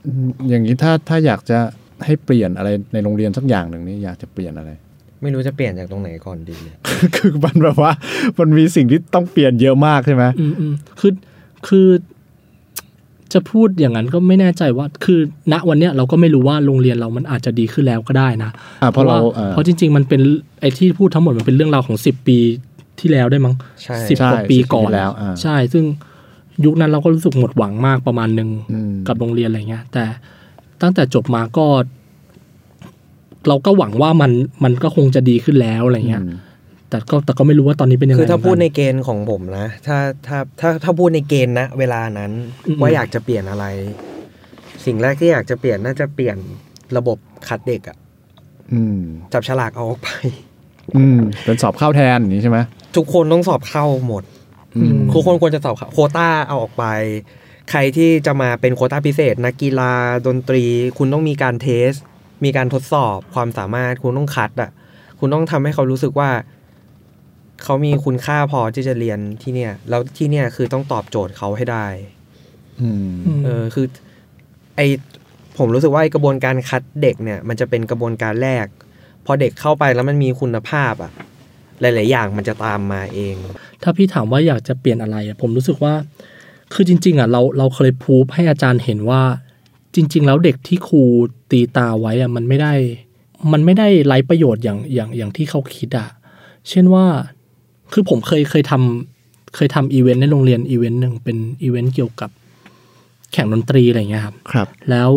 Speaker 1: อืมอย่างนี้ถ้าถ้าอยากจะให้เปลี่ยนอะไรในโรงเรียนสักอย่างหนึ่งนี่อยากจะเปลี่ยนอะไร
Speaker 4: ไม่รู้จะเปลี่ยนจากตรงไหนก่อนดี
Speaker 1: คือมันแบบว่า มันมีสิ่งที่ต้องเปลี่ยนเยอะมากใช่ไหม
Speaker 3: อืมอืมคือคือ จะพูดอย่างนั้นก็ไม่แน่ใจว่า คือณวันเนี้ยเราก็ไม่รู้ว่าโรงเรียนเรามันอาจจะดีขึ้นแล้วก็ได้นะ
Speaker 1: อ่ะเพราะเรา
Speaker 3: ว่
Speaker 1: เอ่อ
Speaker 3: เพราะจริง ๆ มันเป็นไอ้ที่พูดทั้งหมดมันเป็นเรื่องราวของสิบปีที่แล้วได้วยมั้ง
Speaker 4: ใช่
Speaker 3: สิบกว่า
Speaker 1: ใช่
Speaker 3: ปี
Speaker 1: 10ปี
Speaker 3: ก่อน
Speaker 1: แล้วอ่า
Speaker 3: ใช่ ซึ่งยุคนั้นเราก็รู้สึกหมดหวังมากประมาณหนึ่ง
Speaker 1: อืม
Speaker 3: กับโรงเรียนอะไรเงี้ย แต่ตั้งแต่จบมาก็ เราก็หวังว่ามันมันก็คงจะดีขึ้นแล้วอะไรเงี้ย
Speaker 1: อืม
Speaker 3: แต่ก็แต่ก็ไม่รู้ว่าตอนนี้เป็นยังไง
Speaker 4: คือถ้าพูดใน
Speaker 3: เหมือ
Speaker 4: เกณฑ์ของผมนะ ถ้าถ้าถ้าถ้าพูดในเกณฑ์นะเวลานั้น
Speaker 3: อืม
Speaker 4: ว่าอยากจะเปลี่ยนอะไร สิ่งแรกที่อยากจะเปลี่ยนน่าจะเปลี่ยนระบบคัดเด็กอะ
Speaker 1: อืม
Speaker 4: จับฉลากเอาออกไป
Speaker 1: อืมเป็นสอบเข้าแทนอย่างนี้ใช่ไหม
Speaker 4: ทุกคนต้องสอบเข้าหมด
Speaker 1: อืม
Speaker 4: ทุกคนควรจะสอบเข้าโควต้าเอาออกไป ใครที่จะมาเป็นโควต้าพิเศษนักกีฬาดนตรี คุณต้องมีการเทส มีการทดสอบความสามารถคุณต้องคัดอ่ะ คุณต้องทำให้เขารู้สึกว่า เขามีคุณค่าพอที่จะเรียนที่เนี่ย แล้วที่เนี่ยคือต้องตอบโจทย์เขาให้ได้
Speaker 1: อืม
Speaker 3: น
Speaker 4: เอ
Speaker 3: กัน
Speaker 4: อคือไอผมรู้สึกว่าไอกระบวนการคัดเด็กเนี่ย มันจะเป็นกระบวนการแรก พอเด็กเข้าไปแล้วมันมีคุณภาพอ่ะ หลาย ๆ อย่างมันจะตามมาเอง
Speaker 3: ถ้าพี่ถามว่าอยากจะเปลี่ยนอะไรอะผมรู้สึกว่า คือจริง ๆ อ่ะ เราเราเคยพูฟให้อาจารย์เห็นว่า จริง ๆ แล้วเด็กที่ครูตีตาไว้อ่ะมันไม่ได้ มันไม่ได้ไร้ประโยชน์อย่างอย่างอย่างที่เขาคิดอ่ะ เช่นว่า คือผมเคยเคยทำเคยทำอีเวนต์ในโรงเรียนอีเวนต์หนึ่งเป็นอีเวนต์เกี่ยวกับแข่งดนตรีอะไรอย่างเงี้ยครับ
Speaker 1: ครับ
Speaker 3: แล้ว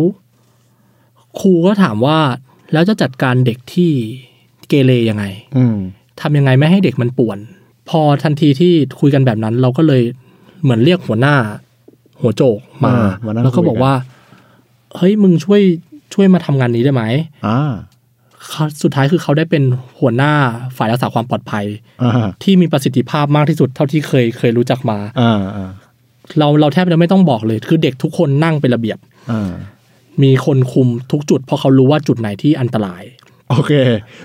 Speaker 3: ครูก็ถามว่าแล้วจะจัดการเด็กที่เกเรยังไง
Speaker 1: อืม
Speaker 3: ทำยังไงไม่ให้เด็กมันป่วน พอทันทีที่คุยกันแบบนั้น เราก็เลยเหมือนเรียกหัวหน้า หัวโจกมา
Speaker 1: อ่ามานั่งคุยกัน
Speaker 3: แล้วก็บอกว่า เฮ้ยมึงช่วยช่วยมาทำงานนี้ได้ไหม
Speaker 1: อ่า
Speaker 3: เขาสุดท้ายคือเขาได้เป็นหัวหน้าฝ่ายรักษาความปลอดภัย
Speaker 1: อ่า
Speaker 3: ที่มีประสิทธิภาพมากที่สุดเท่าที่เคยเคยรู้จักมา
Speaker 1: อ่าอ่า
Speaker 3: เราเราแทบจะไม่ต้องบอกเลย คือเด็กทุกคนนั่งเป็นระเบียบ
Speaker 1: อ่า
Speaker 3: มีคนคุมทุกจุดเพราะเขารู้ว่าจุดไหนที่อันตราย
Speaker 1: โอเค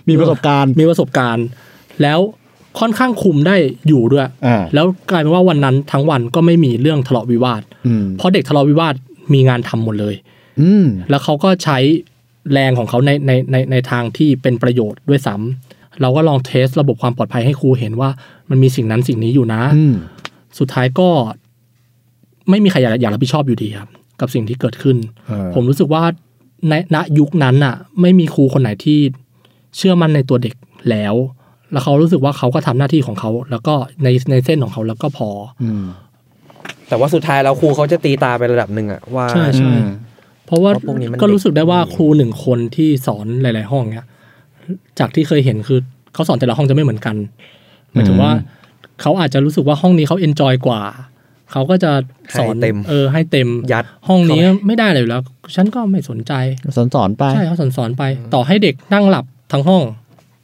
Speaker 1: มีประสบการณ์
Speaker 3: มีประสบการณ์ แล้วค่อนข้างคุมได้อยู่ด้วย
Speaker 1: อ่า
Speaker 3: แล้วกลายเป็นว่าวันนั้นทั้งวันก็ไม่มีเรื่องทะเลาะวิวาท
Speaker 1: อืม
Speaker 3: เพราะเด็กทะเลาะวิวาทมีงานทำหมดเลย
Speaker 1: อืม
Speaker 3: แล้วเขาก็ใช้แรงของเขาในในในในทางที่เป็นประโยชน์ด้วยซ้ำเราก็ลองเทสระบบความปลอดภัยให้ครูเห็นว่ามันมีสิ่งนั้นสิ่งนี้อยู่นะ
Speaker 1: อืม
Speaker 3: สุดท้ายก็ไม่มีใครอยากอยากรับผิดชอบอยู่ดีครับ กับสิ่งที่เกิดขึ้น
Speaker 1: เออ
Speaker 3: ผมรู้สึกว่าในณยุคนั้นน่ะ ไม่มีครูคนไหนที่เชื่อมั่นในตัวเด็กแล้ว แล้วเขารู้สึกว่าเขาก็ทำหน้าที่ของเขา แล้วก็ในในเส้นของเขาแล้วก็พอ
Speaker 1: อืม
Speaker 4: แต่ว่าสุดท้ายแล้วครูเขาจะตีตาไประดับหนึ่งอะว่า
Speaker 3: ใช่
Speaker 1: อืม
Speaker 3: เพราะว่า
Speaker 4: เพราะพวกนี้มัน
Speaker 3: ก็รู้สึกได้ว่า
Speaker 4: เด็ก
Speaker 3: ครูหนึ่งคนที่สอนหลาย ๆ ห้องเนี้ยจากที่เคยเห็นคือเขาสอนแต่ละห้องจะไม่เหมือนกันหมายถึงว่าเขาอาจจะรู้สึกว่าห้องนี้เขาเอนจอยกว่าเขาก็จะสอน
Speaker 4: ให้เต็ม
Speaker 3: เออให้เต็ม
Speaker 4: ยัด
Speaker 3: ห้องนี้ไม่ได้เลยอยู่แล้ว ฉันก็ไม่สนใจ
Speaker 1: สอนสอนไป
Speaker 3: ใช่เขาสอนสอนไป ต่อให้เด็กนั่งหลับทั้งห้อง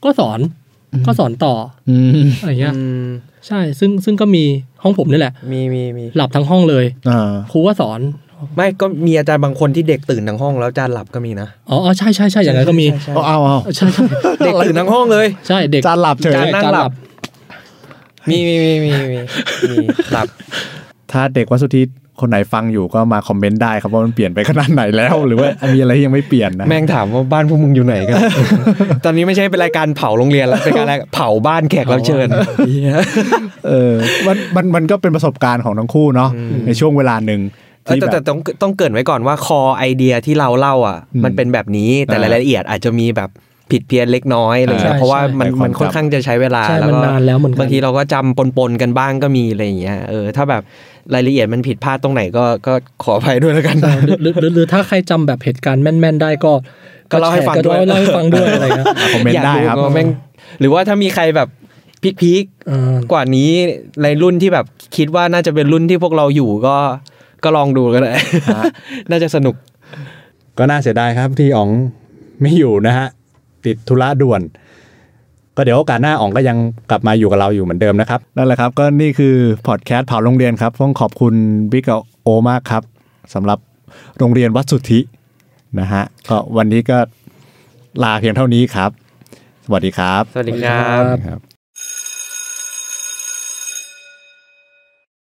Speaker 3: ก็สอนก็สอนต่อ
Speaker 1: อืม
Speaker 3: อะไรเงี้ย
Speaker 4: อืม
Speaker 3: ใช่ซึ่งซึ่งก็มีห้องผมนี่แหละ
Speaker 4: มีมีมี
Speaker 3: หลับทั้งห้องเลย
Speaker 1: อ่า
Speaker 3: ครูก็สอน
Speaker 4: ไม่ก็มีอาจารย์บางคนที่เด็กตื่นทั้งห้องแล้วอาจารย์หลับก็มีนะ
Speaker 3: อ๋ออ๋อใช่ใช่ใช่อย่างนั้นก็มี
Speaker 4: ใช่ใช่
Speaker 1: เอาเอา
Speaker 4: ใช่
Speaker 1: เอา
Speaker 3: ใช่ใช่
Speaker 4: เด็กตื่นทั้งห้องเลย
Speaker 3: ใช่เด็ก
Speaker 1: จานหลับเฉย
Speaker 4: จานนั่งหลับ มีมีมีมีมีมีหลับ
Speaker 1: ถ้าเด็กวัดสุทธิคนไหนฟังอยู่ก็มาคอมเมนต์ได้ครับว่ามันเปลี่ยนไปขนาดไหนแล้ว หรือว่ามีอะไรที่ยังไม่เปลี่ยนนะ
Speaker 4: แม่งถามว่าบ้านพวกมึงอยู่ไหนกัน ตอนนี้ไม่ใช่เป็นรายการเผาโรงเรียนแล้ว เป็นการอะไรเผาบ้านแขกรับเชิญ
Speaker 1: เออมันมันมันก็เป็นประสบการณ์ของทั้งคู่เนาะ
Speaker 4: อืม
Speaker 1: ในช่วงเวลาหนึ่ง
Speaker 4: เอ้ย
Speaker 1: ที่
Speaker 4: แต่
Speaker 1: แบ
Speaker 4: แต่
Speaker 1: บ
Speaker 4: ต้องต้องเกรินไว้ก่อนว่าคอไอเดียที่เราเล่าอ่ะ
Speaker 1: อืม
Speaker 4: มันเป็นแบบนี้แต่รายละเอียดอาจจะมีแบบผิดเพี้ยนเล็กน้อยอะไรเงี้ย
Speaker 3: ใช่
Speaker 4: เพราะว่า
Speaker 3: ใช่
Speaker 4: มัน
Speaker 1: ใช่
Speaker 4: มันค่อนข้างจะใช้เวลา
Speaker 3: ใช่
Speaker 4: แล้ว
Speaker 3: มัน
Speaker 4: ก็
Speaker 3: นานแล้วเหมือนกัน
Speaker 4: บางทีเราก็จำปนๆกันบ้างก็มีอะไรอย่างเงี้ยเออถ้าแบบรายละเอียดมันผิดพลาดตรงไหนก็ก็ขออภัยด้วยแล้วกัน
Speaker 3: หรือหรือหรือหรือถ้าใครจำแบบเหตุการณ์แม่น ๆ ได้ก็
Speaker 4: ก็เล่าให้ฟังด้วย
Speaker 3: ก็เล่าให้ฟังด้วยอะไรเงี้ย
Speaker 1: คอมเมนต์
Speaker 4: ยาก
Speaker 1: ได้ครับ
Speaker 4: ว่าแม่งหรือว่าถ้ามีใครแบบพีคๆ
Speaker 3: เออก
Speaker 4: ว่านี้ในรุ่นที่แบบคิดว่าน่าจะเป็นรุ่นที่พวกเราอยู่ก็ก็ลองดูก็ได้ น่าจะสนุก
Speaker 5: ก็น่าเสียดายครับที่อ๋องไม่อยู่นะฮะ ติดธุระด่วน ก็เดี๋ยวโอกาสหน้าอ๋องก็ยังกลับมาอยู่กับเราอยู่เหมือนเดิมนะครับ
Speaker 1: นั่นแหละครับ ก็นี่คือพอดแคสต์เผาโรงเรียนครับ ต้องขอบคุณบิ๊กกับโอมากครับสำหรับโรงเรียนวัดสุทธินะฮะก็วันนี้ก็ลาเพียงเท่านี้ครับ สวัสดีครับ
Speaker 4: สวัสดีครับ
Speaker 3: ครับ
Speaker 1: ครับ